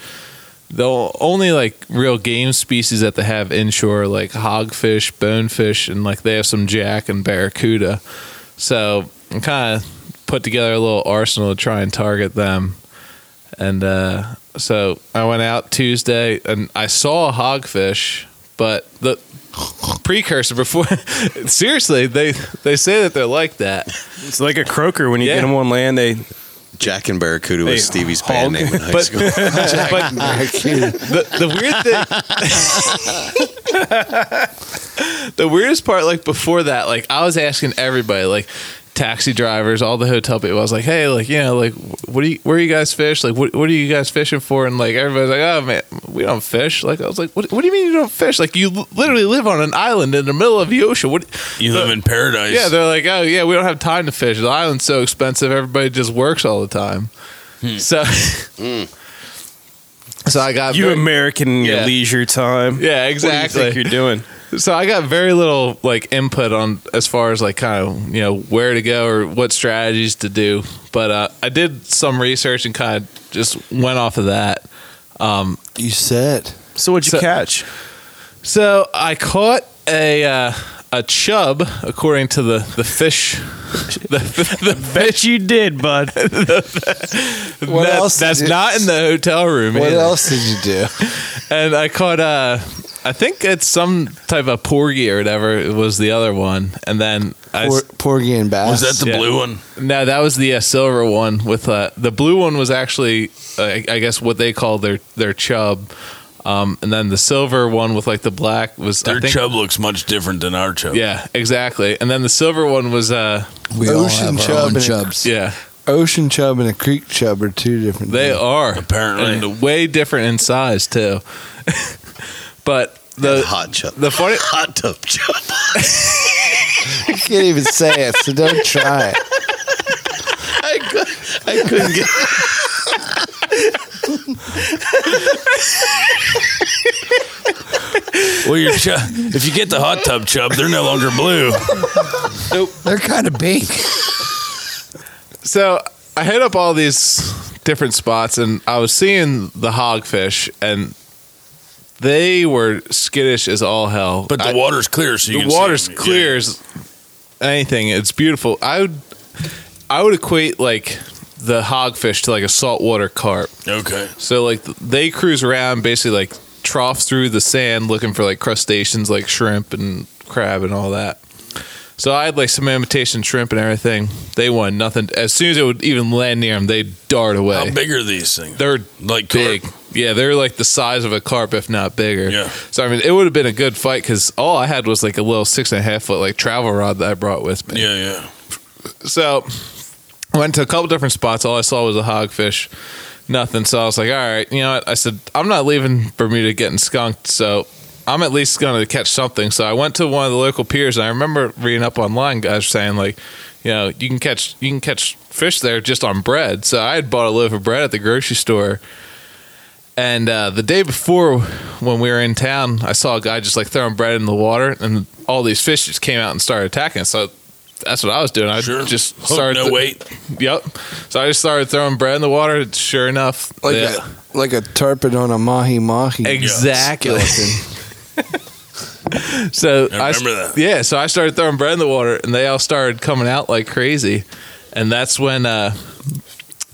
the only like real game species that they have inshore are, like hogfish, bonefish, and like they have some jack and barracuda. So I kind of put together a little arsenal to try and target them. And uh, so I went out Tuesday and I saw a hogfish, but the [LAUGHS] precursor before [LAUGHS] seriously they they say that they're like that It's like a croaker when you Yeah. get them on land. They Jack and Barracuda was Hey, Stevie's band Hulk. name in high But- school. but the, the weird thing [LAUGHS] the weirdest part like before that like i was asking everybody like taxi drivers, all the hotel people. I was like, hey, like you know, like what do you, where you guys fish? Like what, what are you guys fishing for? And like everybody's like, oh man, we don't fish. Like I was like, what, what do you mean you don't fish? Like you li- literally live on an island in the middle of the ocean. What You live in paradise. yeah, they're like, oh yeah, we don't have time to fish. The island's so expensive. Everybody just works all the time. So, so I got you very- American in your Yeah. leisure time. Yeah, exactly. What do you think you're [LAUGHS] doing? So I got very little like input on as far as like kind of you know where to go or what strategies to do, but uh, I did some research and kind of just went off of that. Um, you said so. What'd you catch? So I caught a uh, a chub, according to the the fish. The, the, Bet you did, bud. [LAUGHS] What that- else That's did- not in the hotel room. What either. else did you do? and I caught uh I think it's some type of porgy or whatever it was the other one, and then I Por- s- porgy and bass. Yeah. one? No, that was the uh, silver one. With uh, the blue one was actually, uh, I I guess, what they call their their chub, um, and then the silver one with like the black was Their I think, chub looks much different than our chub. Yeah, exactly. And then the silver one was uh, We all Ocean have our chub own and- chubs. yeah, Ocean chub and a creek chub are two different. they things. are Apparently. and way different in size [LAUGHS] too. but the hot chub. the funny Hot tub chub. You can't even say it, so don't try it. I, could, I couldn't get. Well, your chub, if you get the hot tub chub, they're no longer blue. They're kind of pink. [LAUGHS] so I hit up all these different spots, and I was seeing the hogfish, and they were skittish as all hell. But the I- water's clear, so you the can see water's them. clear as anything. It's beautiful. I would, I would equate like the hogfish to like a saltwater carp. Yeah. Okay. So like th- they cruise around basically like trough through the sand looking for like crustaceans like shrimp and crab and all that. So I had like some imitation shrimp and everything. They wanted nothing. As soon as it would even land near them, they dart away. How big are these things? They're Like big. carp? Yeah, they're like the size of a carp, if not bigger. Yeah. So I mean, it would have been a good fight because all I had was like a little six and a half foot like travel rod that I brought with me. Yeah, yeah. So went to a couple different spots. All I saw was a hogfish, nothing. So I was like, all right, you know what? I said I'm not leaving Bermuda getting skunked. So I'm at least going to catch something. So I went to one of the local piers, and I remember reading up online, guys were saying like, you know, you can catch you can catch fish there just on bread. So I had bought a loaf of bread at the grocery store. And uh, the day before, when we were in town, I saw a guy just like throwing bread in the water, and all these fish just came out and started attacking. us. So that's what I was doing. I Sure. just Hook, started. no to- weight. Yep. So I just started throwing bread in the water. Sure enough, Like yeah. a like a tarpon on a mahi mahi. Exactly. so I s- remember that. Yeah, so I started throwing bread in the water, and they all started coming out like crazy, and that's when uh,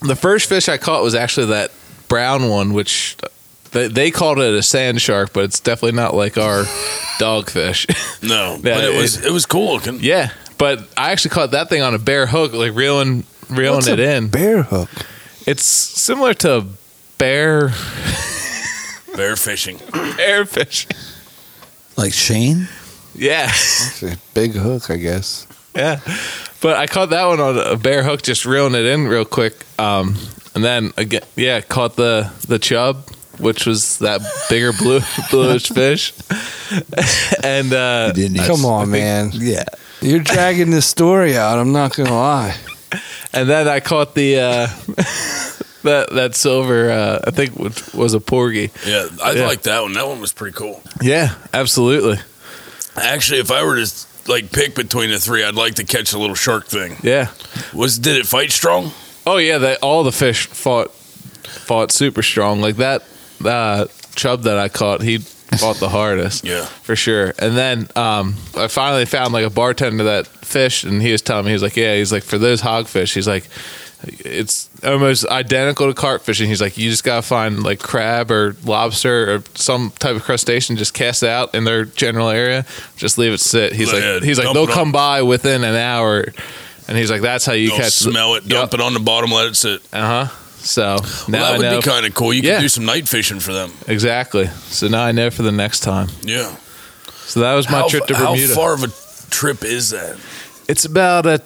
the first fish I caught was actually that brown one, which they, they called it a sand shark, but it's definitely not like our dogfish. [LAUGHS] No, Yeah, but it, was it was cool looking. yeah, but I actually caught that thing on a bare hook, like reeling reeling What's it a in. bear hook? It's similar to a bear Bear fishing. bear fish. Like Shane? Yeah. It's a big hook, I guess. yeah. But I caught that one on a bare hook, just reeling it in real quick. Um, and then again, yeah, caught the the chub, which was that bigger blue [LAUGHS] bluish fish. [LAUGHS] and uh, Didn't he? Come on, man. Yeah. You're dragging this story out. I'm not gonna lie. and then I caught the uh, [LAUGHS] that that silver. Uh, I think which was a porgy. Yeah, I Yeah. like that one. That one was pretty cool. Yeah, absolutely. Actually, if I were to like pick between the three, I'd like to catch a little shark thing. Yeah. Was did it fight strong? Oh yeah, they, all the fish fought fought super strong. Like that uh, chub that I caught, he [LAUGHS] fought the hardest. Yeah. for sure. And then um, I finally found like a bartender that fished, and he was telling me he was like, yeah, he's like for those hogfish, he's like. It's almost identical to carp fishing. He's like, you just gotta find like crab or lobster or some type of crustacean, just cast it out in their general area, just leave it sit. He's Let like, it he's like, dump they'll it on- come by within an hour, and he's like, that's how you Don't catch smell it, dump Yep. it on the bottom, let it sit. Uh huh. So now well, that I would know be kind of cool. You Yeah. could do some night fishing for them. exactly. So now I know for the next time. Yeah. So that was my how, trip to how Bermuda. far of a trip is that? It's about a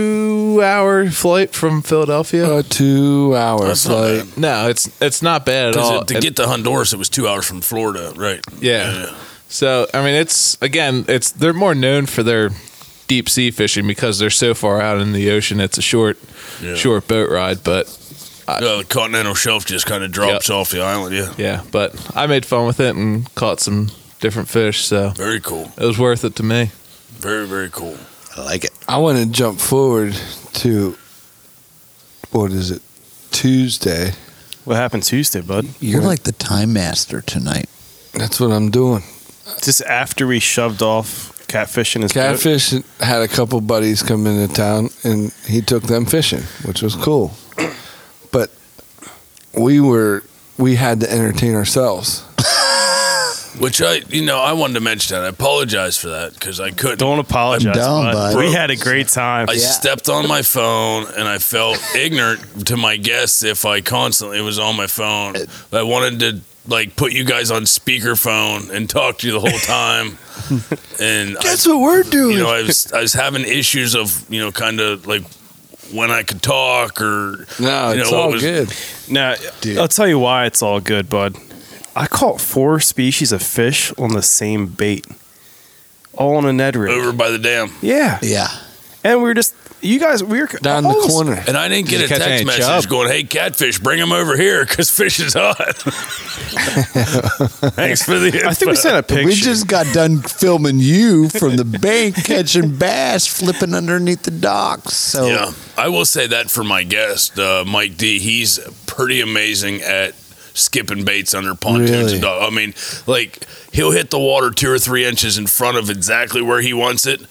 two-hour flight from Philadelphia. A two-hour That's not flight. No, it's it's not bad at all. Because to And- get to Honduras, it was two hours from Florida, right? Yeah. So I mean, it's again, it's they're more known for their deep sea fishing because they're so far out in the ocean. It's a short, Yeah. short boat ride, but Yeah, the continental shelf just kind of drops off the island. Yeah. yeah. But I made fun with it and caught some different fish. So Very cool. It was worth it to me. Very, very cool. I like it. I want to jump forward to what is it? Tuesday. What happened Tuesday, bud? You're like the time master tonight. That's what I'm doing. Just after we shoved off catfish in his boat? Catfish had a couple buddies come into town, and he took them fishing, which was cool. But we were we had to entertain ourselves. Which I, you know, I wanted to mention that. I apologize for that because I couldn't. Don't apologize. down, bud. bud. We had a great time. I stepped on my phone and I [LAUGHS] felt ignorant to my guests if I constantly was on my phone. I wanted to like put you guys on speakerphone and talk to you the whole [LAUGHS] time. and That's what we're doing. you know, I was I was having issues of you know kind of like when I could talk or you know, what was- Now, Dude. I'll tell you why it's all good, bud. I caught four species of fish on the same bait, all on a Ned rig. Uh, over by the dam. Yeah. Yeah. And we were just, you guys, we were down the [LAUGHS] corner. And I didn't get Did you a catch text any message chub? going, "Hey, catfish, bring him over here because fish is hot." Thanks for the. I think we sent a picture. We just got done filming you from the bank catching bass, flipping underneath the docks. So Yeah, I will say that for my guest, uh, Mike D. He's pretty amazing at skipping baits under pontoons. Really? And dog. I mean, like he'll hit the water two or three inches in front of exactly where he wants it,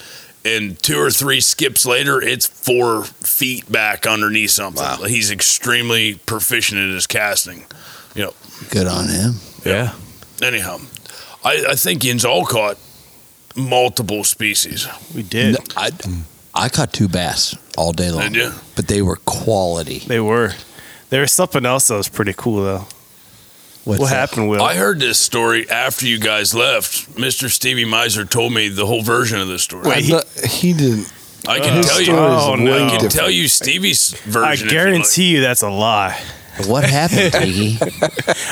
and two or three skips later, it's four feet back underneath something. He's extremely proficient at his casting. You know. good on him. Yeah. Anyhow, I, I think Yin's all caught multiple species. We did. I, I caught two bass all day long. Did you? But they were quality. They were. There was something else that was pretty cool, though. What's what that? happened, Will? I heard this story after you guys left. Mr. Stevie Miser told me the whole version of this story. I thought- he didn't. I can his tell you. Oh, story is I way can different. tell you Stevie's I version. if you like. guarantee you that's a lie. What happened,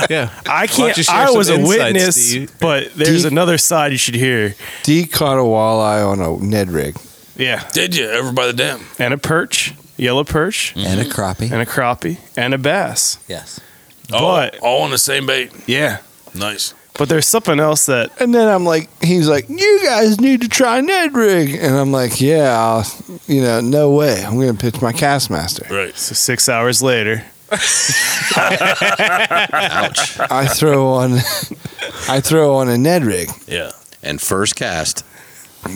yeah. Why I don't you can't. share I some was a insights, witness, Steve? but there's another side you should hear. D caught a walleye on a Ned rig. Yeah. Did you over by the dam? And a perch, yellow perch, And a crappie. and a crappie, and a bass. Yes. Oh, all on the same bait. Yeah. Nice. But there's something else that And then I'm like, he's like, you guys need to try Ned rig, and I'm like, yeah, I'll, you know, no way, I'm gonna pitch my Castmaster. Right. So six hours later. Ouch. I throw on, [LAUGHS] I throw on a Ned rig. Yeah. And first cast.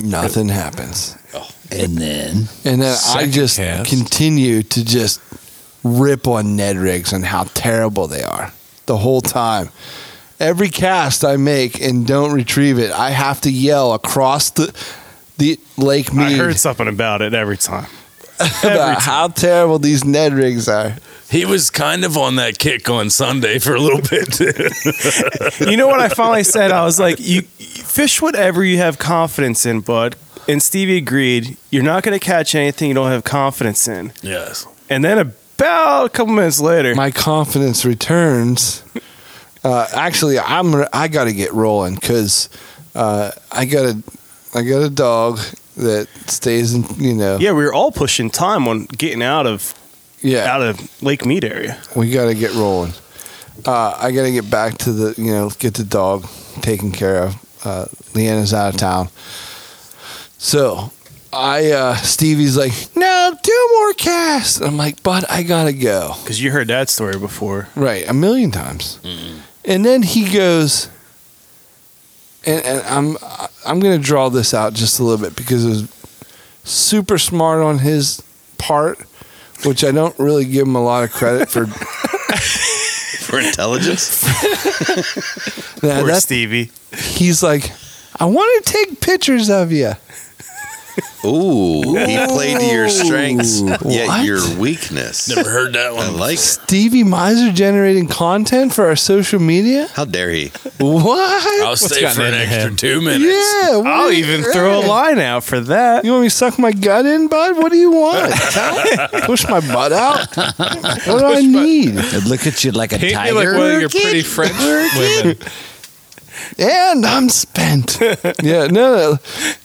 Nothing happens. Oh. And then And then I Second just cast. continue to just rip on Ned rigs and how terrible they are the whole time. Every cast I make and don't retrieve it, I have to yell across the the Lake I Mead heard something about it every time. about how terrible these Ned rigs are. He was kind of on that kick on Sunday for a little bit. [LAUGHS] You know what I finally said? I was like, you you fish whatever you have confidence in, bud. And Stevie agreed, you're not going to catch anything you don't have confidence in. yes. And then about a couple minutes later, My confidence returns. Uh, actually, I'm re- I got to get rolling because uh, I got a I got a dog that stays in you know yeah, we were all pushing time on getting out of yeah out of Lake Mead area. we got to get rolling. Uh, I got to get back to the, you know, get the dog taken care of. Uh, Leanna's out of town. So I, uh, Stevie's like, no, two more casts. And I'm like, but I got to go. Because you heard that story before. Right. A million times. Mm-hmm. And then he goes, and, and I'm, I- I'm going to draw this out just a little bit because it was super smart on his part, which I don't really give him a lot of credit [LAUGHS] for. For intelligence? Now, Poor that- Stevie. he's like, I want to take pictures of you. Ooh, he played to your strengths, yet What? your weakness. Never heard that one. I like it. Stevie Miser generating content for our social media? How dare he? What? I'll stay for an extra two minutes. Yeah, what I'll are you even throw a doing? line out for that. You want me to suck my gut in, bud? What do you [LAUGHS] want? Push my butt out? What do I need? Look at you like a Paint me tiger. like one of your Work it, pretty French work it. women. and I'm spent. yeah, no, no,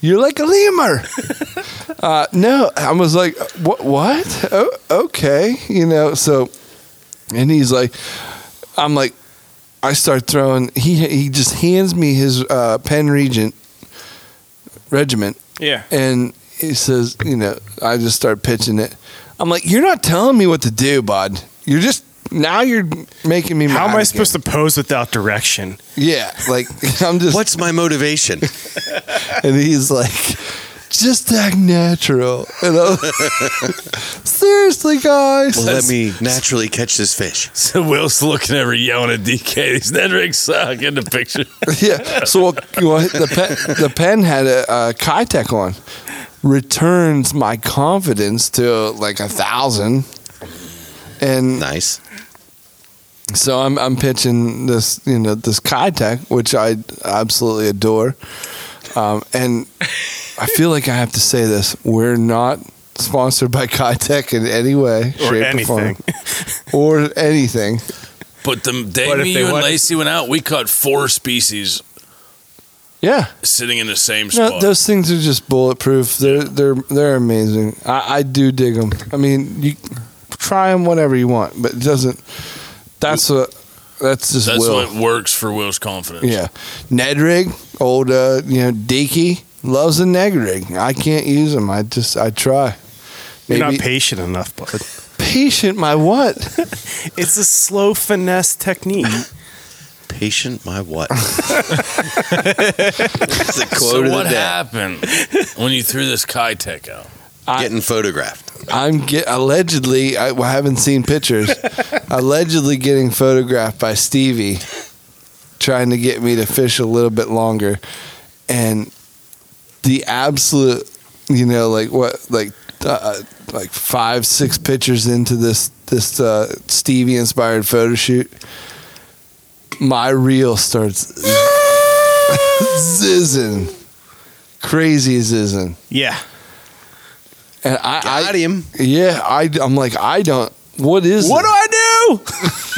you're like a lemur. Uh, no, I was like, what? What? Oh, okay, you know. So, and he's like, I'm like, I start throwing. He he just hands me his uh, Penn Regent regiment, Yeah. and he says, you know, I just start pitching it. I'm like, you're not telling me what to do, bud. You're just now you're making me. How am I supposed to pose without direction? Yeah, like [LAUGHS] I'm just. What's my motivation? and he's like, just act natural. And I'm [LAUGHS] seriously, guys. Let me naturally catch this fish. So [LAUGHS] Will's looking over yelling at DK. These dead rigs suck in the picture. [LAUGHS] yeah. So well, well, the pen, the pen had a, a Kitech on. Returns my confidence to like a thousand. And Nice. so I'm I'm pitching this you know this Kitech, which I absolutely adore, um, and I feel like I have to say this: we're not sponsored by Kitech in any way, Or shape, [LAUGHS] or form, or anything. But the day What if me, they you, and wanted- Lacey went out, we caught four species Yeah, sitting in the same spot. no, those things are just bulletproof. They're they're they're amazing. I, I do dig them. I mean, you try them whatever you want, but it doesn't. That's what. That's just That's will. what works for Will's confidence. Yeah, Nedrig, old uh, you know Deaky loves a Nedrig. I can't use them. I just I try. You're not Maybe- patient enough, bud. patient. My what? It's a slow finesse technique. Patient, my what? That's the quote So of the what day. happened when you threw this Kitech [LAUGHS] out? Getting photographed. I'm get allegedly. I, well, I haven't seen pictures. allegedly getting photographed by Stevie, trying to get me to fish a little bit longer, and the absolute, you know, like what, like, uh, like five, six pictures into this this uh, Stevie inspired photo shoot, my reel starts [LAUGHS] zizzing, crazy zizzing. yeah. And I, Got I him. yeah, I, am like, I don't. What is what? This?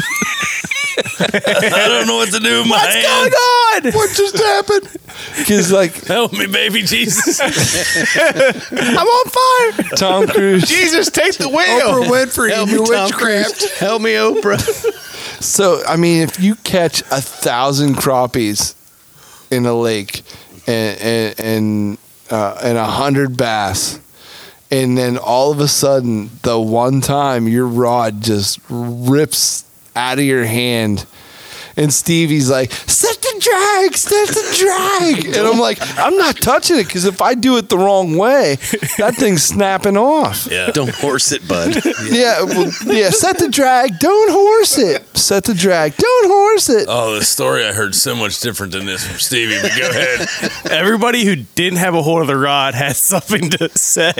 I don't know what to do with my hand. God! What just happened? Because like Help me, baby Jesus. I'm on fire. Tom Cruise, Jesus, take the Oprah Winfrey, Help me, and your Tom witchcraft. Cruise. Help me, Oprah. So I mean, if you catch a thousand crappies in a lake, and and and, uh, and a hundred bass. And then all of a sudden, the one time your rod just rips out of your hand, and Stevie's like, "Set the drag, set the drag," and I'm like, "I'm not touching it because if I do it the wrong way, that thing's snapping off." Yeah. Don't horse it, bud. Yeah, well, yeah. Set the drag. Don't horse it. Set the drag. Don't horse it. Oh, the story I heard so much different than this from Stevie, but go ahead. [LAUGHS] Everybody who didn't have a hold of the rod had [LAUGHS] something to say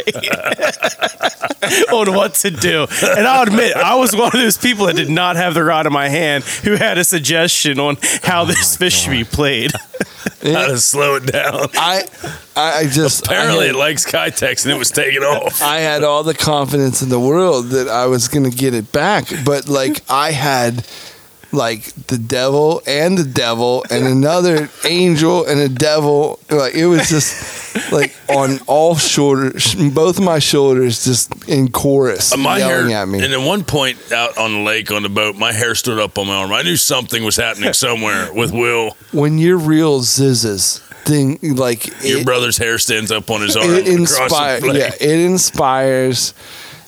on what to do. And I'll admit, I was one of those people that did not have the rod in my hand who had a suggestion on how this fish should be played. How to slow it down. I, I I just Apparently, it I had, likes Kitex and it was taking off. I had all the confidence in the world that I was gonna get it back, but [LAUGHS] like I had. Like the devil and the devil and another angel and a devil, like it was just like on all shoulders, both of my shoulders, just in chorus, My yelling hair, at me. and at one point out on the lake on the boat, my hair stood up on my arm. I knew something was [LAUGHS] happening somewhere with Will. when your real zizzes thing, like Your it- brother's hair stands up on his arm. it across [LAUGHS] inspires the lake. yeah it inspires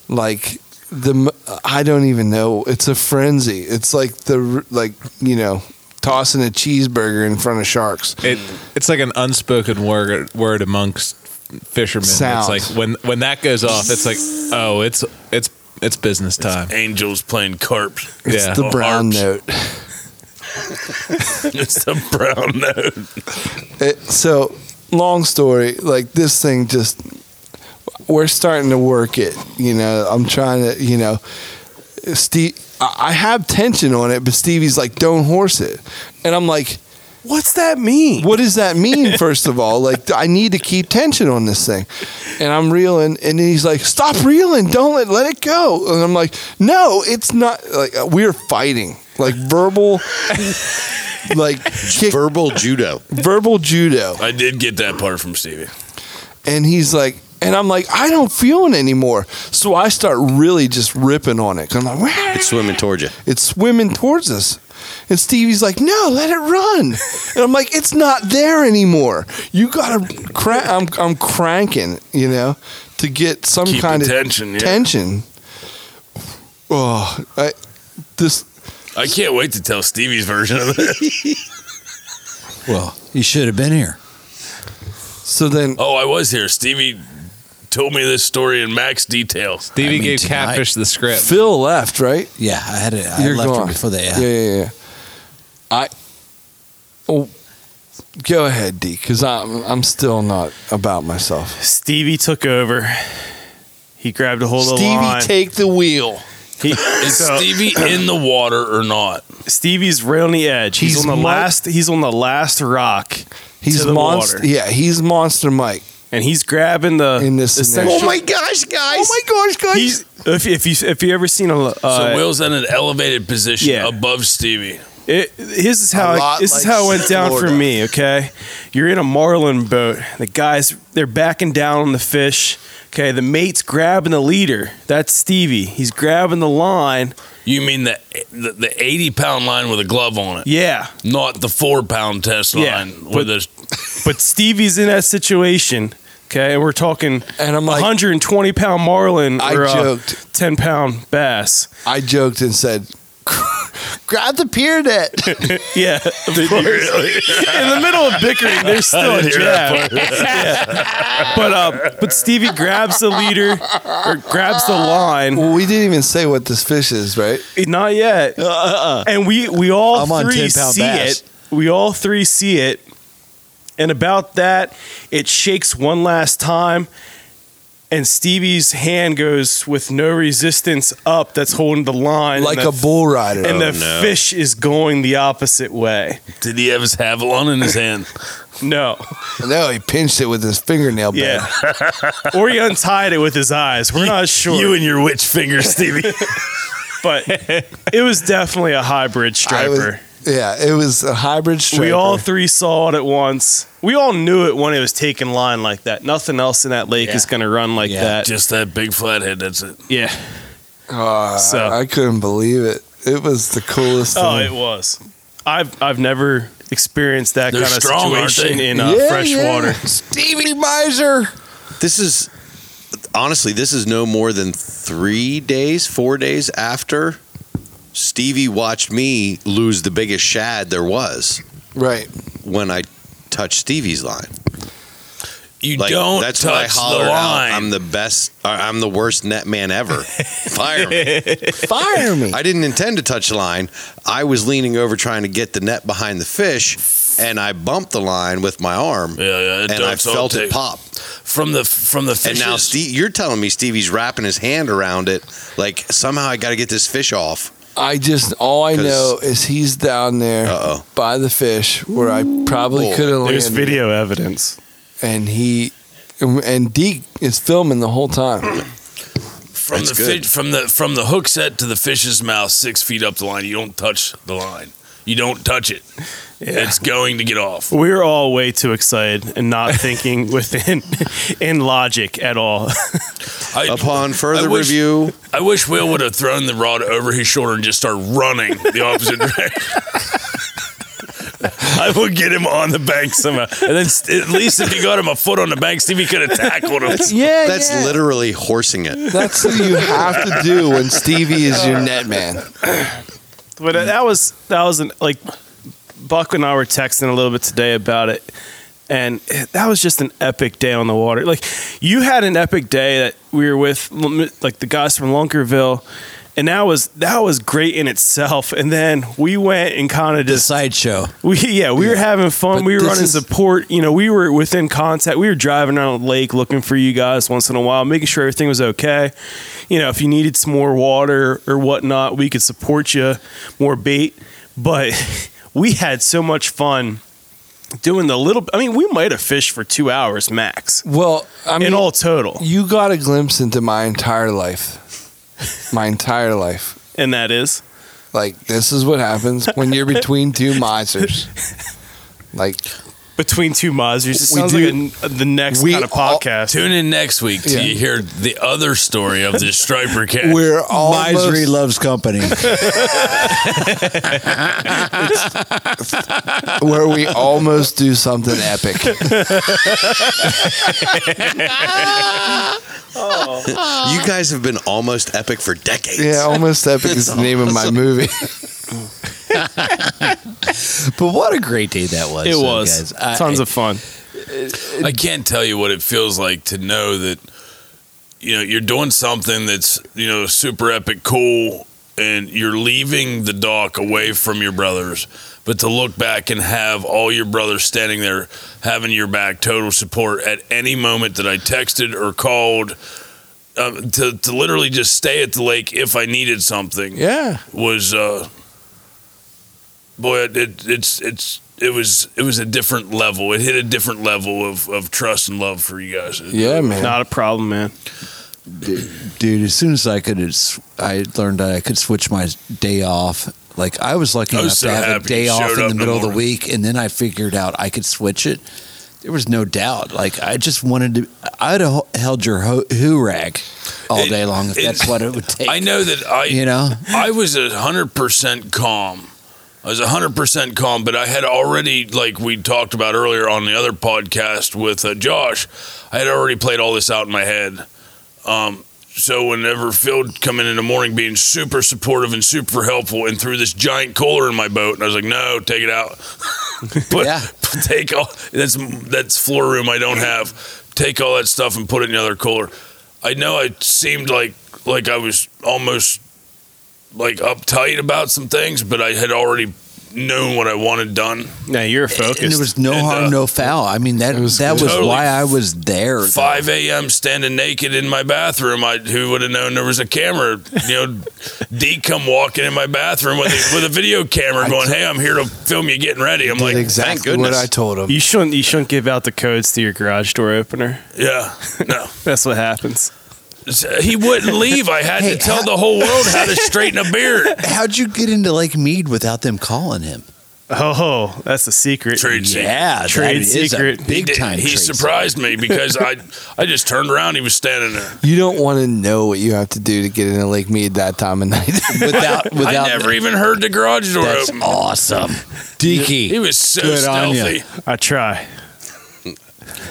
like the m- i don't even know it's a frenzy it's like the r- like you know tossing a cheeseburger in front of sharks It, it's like an unspoken word word amongst fishermen. Sound. It's like when when that goes off, it's like oh, it's it's it's business time. Angels playing carps. it's yeah. the Well, brown Oh, harps. note [LAUGHS] it's the brown note. Eh, It- so long story like this thing just we're starting to work it. You know, I'm trying to. You know, Steve, I I have tension on it, but Stevie's like, "Don't horse it," and I'm like. What's that mean? What does that [LAUGHS] mean? First of all, like I need to keep tension on this thing, and I'm reeling, and he's like, "Stop reeling! Don't let let it go." And I'm like, "No, it's not." Like uh, we're fighting, like [LAUGHS] verbal, like verbal judo, verbal judo. I did get that part from Stevie. and he's like, and I'm like, I don't feel it anymore. So I start really just ripping on it. 'Cause I'm like, "Wah." It's swimming towards you. it's swimming towards us. And Stevie's like, no, let it run. And I'm like, it's not there anymore. You gotta crank. I'm, I'm cranking, you know, to get some Keep kind the of tension, yeah. tension. Oh, I, this. I can't wait to tell Stevie's version of [LAUGHS] this. Well, you should have been here. So then, oh, I was here. Stevie told me this story in max detail. Stevie I mean, gave tonight- Catfish the script. Phil left, right? Yeah, I had it. I left her before the uh, Yeah, yeah, yeah. I. Oh, go ahead, D, because I'm I'm still not about myself. Stevie took over. He grabbed a hold of the Stevie, line. take the wheel. [LAUGHS] he, Is Uh, so, Stevie in the water or not? Stevie's right on the edge. He's, He's on the mo- last. He's on the last rock, He's To the monster. water. Yeah, he's monster Mike and he's grabbing the. in this scenario. essentially- gosh, guys! Oh my gosh, guys! He's, if, if you if you ever seen a uh, so Will's in an elevated position Yeah. above Stevie. It, this is A how I, lot this is like how it went down for Florida. me. Okay, you're in a marlin boat. The guys they're backing down on the fish. Okay, the mate's grabbing the leader. That's Stevie. He's grabbing the line. You mean the the, the eighty pound line with a glove on it, Yeah, not the four pound test Yeah, line with but- a but Stevie's in that situation. Okay, and we're talking And I'm like- 120 pound marlin I or uh, joked. 10 pound bass. I joked and said, [LAUGHS] "Grab the pier net." Yeah, in [LAUGHS] the middle of bickering, there's [LAUGHS] still a jab. Yeah. But uh, but Stevie grabs the leader or grabs the line. well, [LAUGHS] we didn't even say what this fish is, right? Not yet. Uh-uh. And we we all I'm on three 10-pound see bass. it. We all three see it. And about that, it shakes one last time. And Stevie's hand goes with no resistance up. That's holding the line, Like and a the, bull rider. and the Oh, no. fish is going the opposite way. Did he have his Havilon in his [LAUGHS] hand? No, no, he pinched it with his fingernail. bud. Yeah. [LAUGHS] or he untied it with his eyes. We're not sure. You and your witch finger, Stevie. [LAUGHS] but [LAUGHS] it was definitely a hybrid I striper. was- yeah, it was a hybrid striper. We all three saw it at once. We all knew it when it was taking line like that. Nothing else in that lake is going to run like Yeah. Uh, that. Just that big flathead. That's it. yeah. Uh, So- I couldn't believe it. It was the coolest. Oh, thing. it was. I've I've never experienced that They're kind of strong, aren't situation they? in uh, Yeah, fresh yeah. water. Stevie Miser. This is honestly, this is no more than three days, four days after Stevie watched me lose the biggest shad there was right. when I touched Stevie's line. You Like don't that's what I touch the hollered line. out. I'm the best. or, I'm the worst net man [LAUGHS] ever. Fire me. Fire me. I didn't intend to touch the line. I was leaning over trying to get the net behind the fish, and I bumped the line with my arm, yeah, yeah, and I don't- don't felt take- it pop. from the from the And fishes. now Steve, you're telling me Stevie's wrapping his hand around it, like somehow I got to get this fish off. [LAUGHS] I just all I 'Cause- know is he's down there Uh-oh. by the fish where I probably Boy, could have There's landed, video evidence. and he and Deke is filming the whole time. from the That's good. fi- from the from the hook set to the fish's mouth, six feet up the line. You don't touch the line. You don't touch it. It's going to get off. We were all way too excited and not [LAUGHS] thinking within in logic at all. [LAUGHS] I, Upon further wish- review, I wish Will would have thrown the rod over his shoulder and just started running the opposite [LAUGHS] direction. I would get him on the bank somehow, and then st- at least if he got him a foot on the bank, Stevie could have tackled him. Yeah, that's literally horsing it. That's what you have to do when Stevie is your net man. But that was that was an, like Buck and I were texting a little bit today about it, and that was just an epic day on the water. Like you had an epic day that we were with like the guys from Lunkerville, and that was that was great in itself. And then we went and kind of just sideshow. We yeah, we were having fun. But we were this running is- support. You know, we were within contact. We were driving around the lake looking for you guys once in a while, making sure everything was okay. You know, if you needed some more water or whatnot, we could support you more bait. But [LAUGHS] we had so much fun doing the little. I mean, we might have fished for two hours max. Well, I mean, in all total, you got a glimpse into my entire life. My entire life. and that is Like this is what happens when you're between two monsters. Like between two monsters. It We sounds do- like a, the next we kind of podcast. Tune in next week to Yeah. hear the other story of this striper cat. we're all Misery loves company. where we almost do something epic. [LAUGHS] You guys have been almost epic for decades. Yeah, almost epic is the name of my movie. [LAUGHS] but what a great day that was. it though, guys. was I- tons of fun. I can't tell you what it feels like to know that you know you're doing something that's you know super epic cool and you're leaving the dock away from your brothers but to look back and have all your brothers standing there having your back total support at any moment that I texted or called um, to to literally just stay at the lake if I needed something Yeah. was uh boy it, it it's it's it was it was a different level it hit a different level of of trust and love for you guys Yeah, man. Not a problem, man. dude, as soon as I could, it's, I learned that I could switch my day off. Like I was lucky I was so enough to have happy a you day off showed in up the in middle the of the morning. week, and then I figured out I could switch it. There was no doubt. Like I just wanted to. I'd have held your ho- hoo rag all It- day long if it- that's what it would [LAUGHS] take. i know that i You know, i was a hundred percent calm i was a hundred percent calm but i had already like we talked about earlier on the other podcast with uh, josh i had already played all this out in my head um so whenever Phil would come in in the morning being super supportive and super helpful and threw this giant cooler in my boat and I was like, no, take it out. [LAUGHS] but, Yeah. but [LAUGHS] take all that's that's floor room I don't have. Take all that stuff and put it in the other cooler. I know I seemed like like I was almost like uptight about some things, but I had already known what I wanted done. Yeah, you're focused. and there was no And, harm, uh, no foul. I mean that was that was good. Totally. why I was there. 5 a.m. standing naked in my bathroom. I who would have known there was a camera? You know, [LAUGHS] D come walking in my bathroom with a, with a video camera, going, "Hey, I'm here to film you getting ready." I'm like, Did "Thank exactly what goodness." I told him. You shouldn't. You shouldn't give out the codes to your garage door opener. yeah, no, That's what happens. he wouldn't leave. I had Hey, to tell how- the whole world how to straighten a beard. How'd you get into Lake Mead without them calling him? Oh, that's a secret. Trade secret. Yeah, Trade that is a secret. He [LAUGHS] big did- time. He trade surprised me because I I just turned around. He was standing there. You don't want to know what you have to do to get into Lake Mead that time of night. [LAUGHS] secret. without without. [LAUGHS] I never even heard the garage door that's open. awesome, He Deaky. was so Good on ya. stealthy. I try.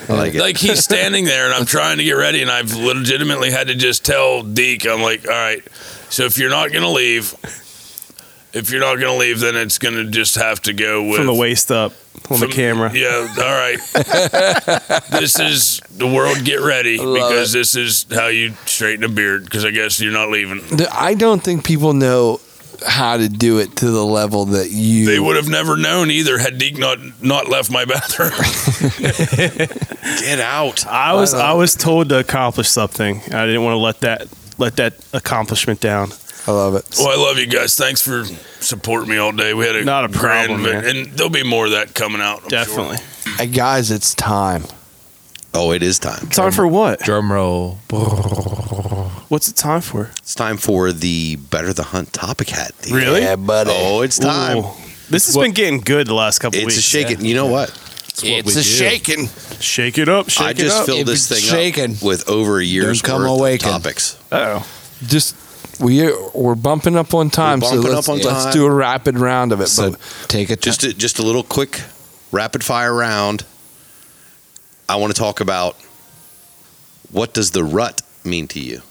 I like it. Like he's standing there [LAUGHS] and I'm trying to get ready, and I've legitimately had to just tell Deke, I'm like, all right, so if you're not gonna leave, if you're not gonna leave, then it's gonna just have to go with From the waist up on the from- camera. Yeah, all [LAUGHS] right. this is the world. Get ready because this is how you straighten a beard. Because I guess you're not leaving. I don't think people know how to do it to the level that you. They would have never known either had Deke not not left my [LAUGHS] bathroom. Get out. I was. I was told to accomplish something. I didn't want to let that let that accomplishment down. I love it. Well, I love you guys. Thanks for supporting me all day. We had a Not a grand problem, vi- man. and there'll be more of that coming out. I'm sure. Definitely. Hey, guys, it's time. Oh, it is time. Time for what? Drum roll. What's it time for? It's time for the Better the Hunt topic hat. The- Really? Yeah, buddy. Oh, it's time. Ooh. This has been getting good the last couple It's weeks. a shake it. You know what? it's a shaking. Shake it up. Shake I it just up. filled If this it's thing shaking, up with over a year's don't come worth awaken. of topics. Oh, Just we we're bumping up on time, so bumping let's, up on let's time. do a rapid round of it. So but take it. Just a, just a little quick rapid fire round. I want to talk about what does the rut mean to you?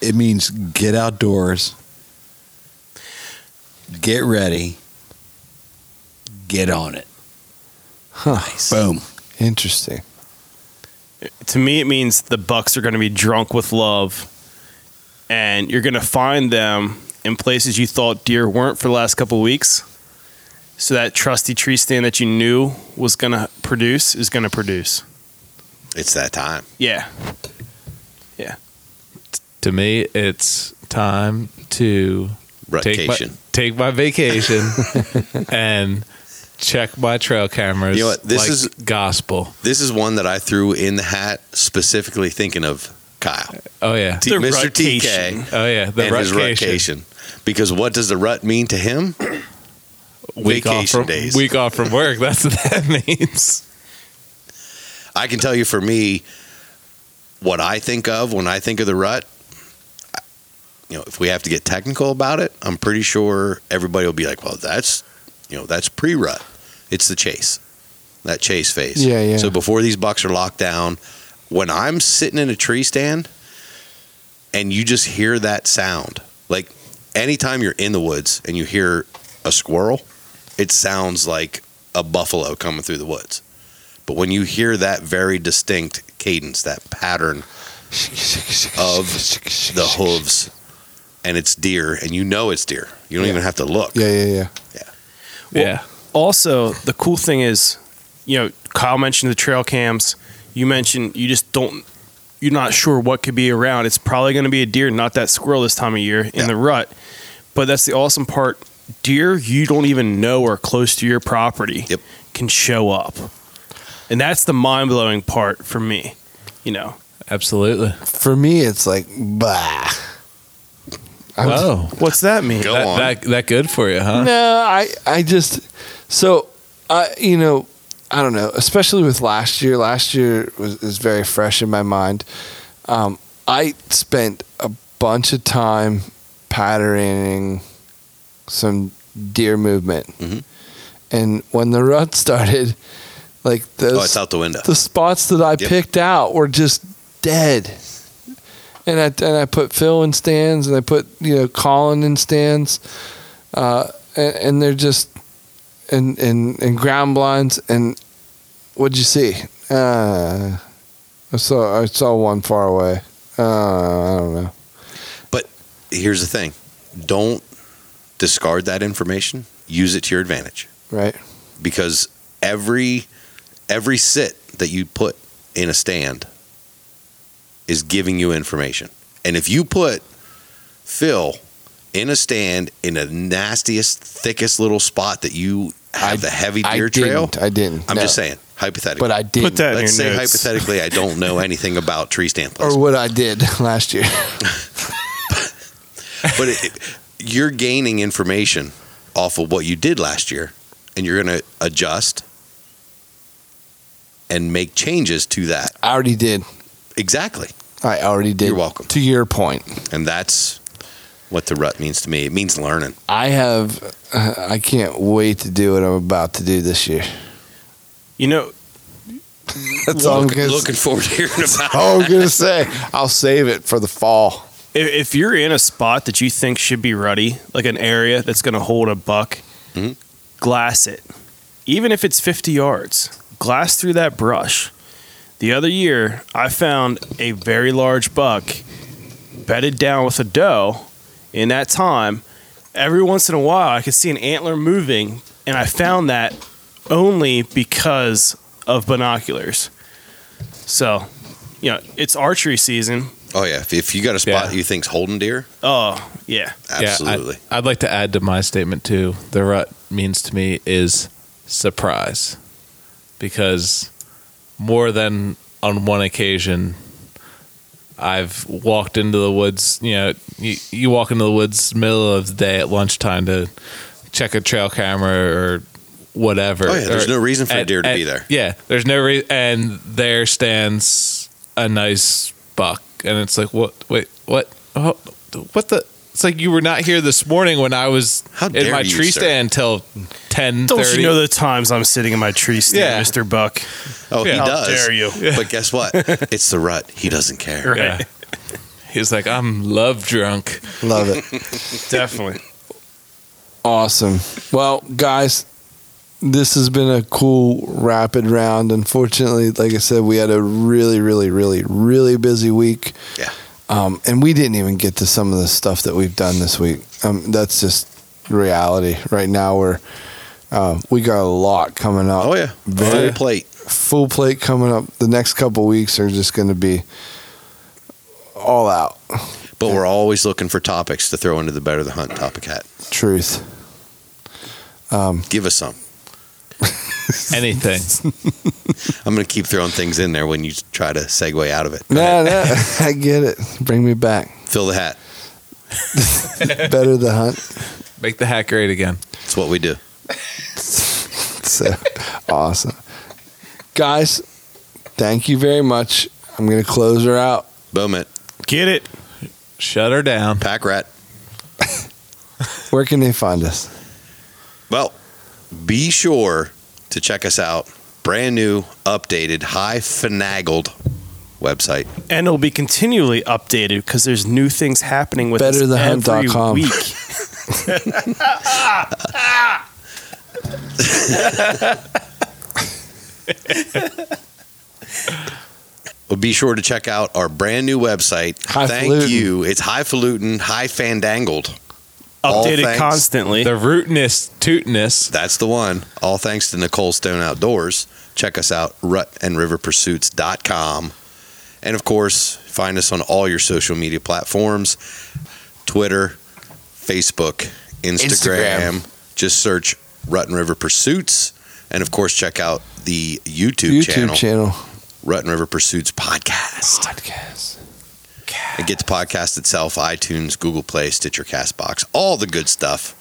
It means get outdoors, get ready, get on it. huh, Boom. interesting. to me, it means the Bucks are going to be drunk with love, and you're going to find them in places you thought deer weren't for the last couple of weeks. So that trusty tree stand that you knew was going to produce is going to produce. It's that time. Yeah. Yeah. to me, it's time to take my, Vacation. take my [LAUGHS] vacation and check my trail cameras. You know what? This like is- gospel. This is one that I threw in the hat specifically thinking of Kyle. Oh yeah, T- Mr. TK. Oh yeah, the and his rutcation. rutcation. Because what does the rut mean to him? Week off Vacation from days. week off from work. That's what that [LAUGHS] means. I can tell you for me, what I think of when I think of the rut, I- you know, if we have to get technical about it, I'm pretty sure everybody will be like, well, that's, you know, that's pre rut. It's the chase, that chase phase. Yeah, yeah. So before these bucks are locked down, when I'm sitting in a tree stand and you just hear that sound, like anytime you're in the woods and you hear a squirrel, it sounds like a buffalo coming through the woods. But when you hear that very distinct cadence, that pattern of the hooves, and it's deer, and you know it's deer. You don't even have to look. Yeah, yeah, yeah. Yeah. Also, the cool thing is, you know, Kyle mentioned the trail cams. You mentioned you just don't, you're not sure what could be around. It's probably going to be a deer, not that squirrel this time of year in the rut. But that's the awesome part. Deer you don't even know are close to your property Yep. can show up. And that's the mind blowing part for me, you know. Absolutely. For me, it's like, bah. I was- Oh, What's that mean? Go that, on. that that good for you, huh? No, I, I just, so, I, you know, I don't know, especially with last year. Last year was, is very fresh in my mind. Um, I spent a bunch of time patterning some deer movement. Mhm. And when the rut started, like those, oh, it's out the window. the spots that I Yep. picked out were just dead. And I and I put Phil in stands, and I put you know Colin in stands, uh, and, and they're just in in in ground blinds. And what'd you see? Uh, I saw I saw one far away. Uh, I don't know. Here's the thing: don't discard that information. Use it to your advantage Right? because every every sit that you put in a stand is giving you information. And if you put Phil in a stand in the nastiest, thickest little spot that you have the heavy deer I trail, Didn't, I didn't. I'm no. just saying, hypothetically. but I did. Put that in your Let's say notes. hypothetically, I don't know anything about tree stand or placement, what I did [LAUGHS] last year. but it, it- you're gaining information off of what you did last year, and you're going to adjust and make changes to that. I already did. Exactly, I already did. You're welcome. To your point. and that's what the rut means to me. It means learning. I have. Uh, I can't wait to do what I'm about to do this year. You know, [LAUGHS] That's all I'm Looking, gonna, looking forward to [LAUGHS] hearing about. all I'm gonna say. I'll save it for the fall. if, if you're in a spot that you think should be ruddy, like an area that's going to hold a buck, Mhm. glass it. Even if it's 50 yards, glass through that brush. The other year, I found a very large buck bedded down with a doe in that time. Every once in a while, I could see an antler moving, and I found that only because of binoculars. So, you know, it's archery season. Oh yeah, if, if you got a spot Yeah. you think's holding deer, Oh, yeah. absolutely. Yeah, I, would like to add to my statement too. The rut means to me is surprise, because more than on one occasion, I've walked into the woods. You know, you, you walk into the woods middle of the day at lunchtime to check a trail camera or whatever. Oh, yeah, there's or- no reason for a and- deer to and- be there. Yeah, there's no reason, and there stands a nice buck, and it's like, what? Wait, what? Oh, what the? It's like you were not here this morning when I was How in dare my you, tree sir. stand till ten Don't thirty. you know the times I'm sitting in my tree stand, Yeah. Mr. Buck? Oh, he Yeah. How does. dare you. But [LAUGHS] guess what? it's the rut. He doesn't care. Yeah. He's like, I'm love drunk. Love it. [LAUGHS] Definitely. awesome. Well, guys, this has been a cool rapid round. Unfortunately, like I said, we had a really, really, really, really busy week. Yeah. Um, and we didn't even get to some of the stuff that we've done this week. Um, that's just reality. Right now, we're uh, we got a lot coming up. Oh yeah, Full plate, full plate coming up. The next couple weeks are just going to be all out. But we're always looking for topics to throw into the Better the Hunt topic hat. Truth. Um, Give us some. Anything. [LAUGHS] I'm going to keep throwing things in there when you try to segue out of it. no, no, [LAUGHS] I get it. Bring me back. Fill the hat. Better the hunt. Make the hat great again. That's what we do. So awesome, guys. Thank you very much. I'm going to close her out. Boom it. Get it. Shut her down. Pack rat. Where can they find us? Well, be sure to check us out. Brand new, updated, high finagled website. And it'll be continually updated because there's new things happening with us every BetterTheHunt.com. week. Well, be sure to check out our brand new website. Highfalutin. Thank you. It's highfalutin, high fandangled. All Updated thanks- constantly. The rootness, tootness. That's the one. All thanks to Nicole Stone Outdoors. Check us out, rutandriverpursuits.com. And of course, find us on all your social media platforms Twitter, Facebook, Instagram. Just search Rut and River Pursuits. And of course, check out the YouTube, channel, YouTube channel. Rut and River Pursuits Podcast. Podcast. It gets podcast itself, iTunes, Google Play, Stitcher, Castbox, all the good stuff.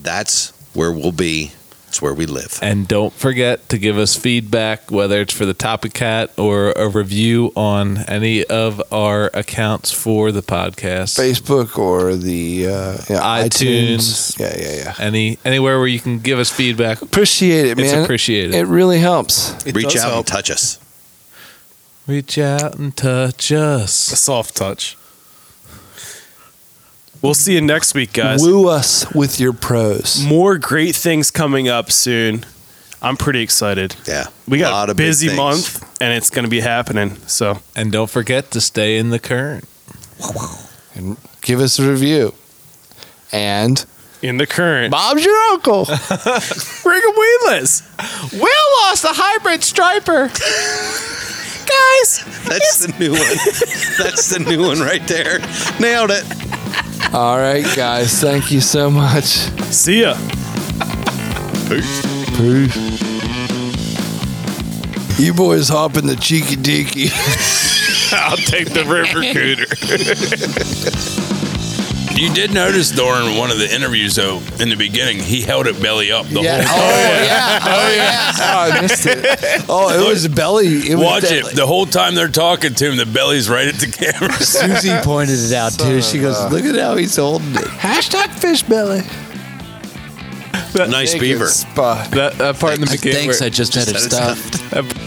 That's where we'll be. It's where we live. And don't forget to give us feedback, whether it's for the topic hat or a review on any of our accounts for the podcast. Facebook or the uh, yeah, iTunes. iTunes. Yeah, yeah, yeah. Any anywhere where you can give us feedback, Appreciate it, it's man. appreciated. It really helps. Reach out and touch us. Reach out and touch us. soft touch. We'll see you next week, guys. Woo us with your pros. More great things coming up soon. I'm pretty excited. Yeah. We got a, Lot of big busy things. month and it's going to be happening. So And don't forget to stay in the current. And give us a review. And in the current, Bob's your uncle. bring a wheelers. Will lost the hybrid striper. guys. That's the new [LAUGHS] one. That's the new one right there. Nailed it. All right, guys. Thank you so much. See ya. Peace. You boys hop in the cheeky deaky. I'll take the river cooter. You did notice during one of the interviews, though, in the beginning, he held it belly up the Yeah. whole. Oh yeah. Oh yeah. Oh, I [LAUGHS] missed it. Oh, it was belly. It was Watch deadly. it. The whole time they're talking to him, the belly's right at the camera. Susie pointed it out too. She goes, "Look at how he's holding it." Hashtag fish belly. nice beaver. Spot. That, that part in the I- beginning. thanks, where- I just had it had it stuffed. that-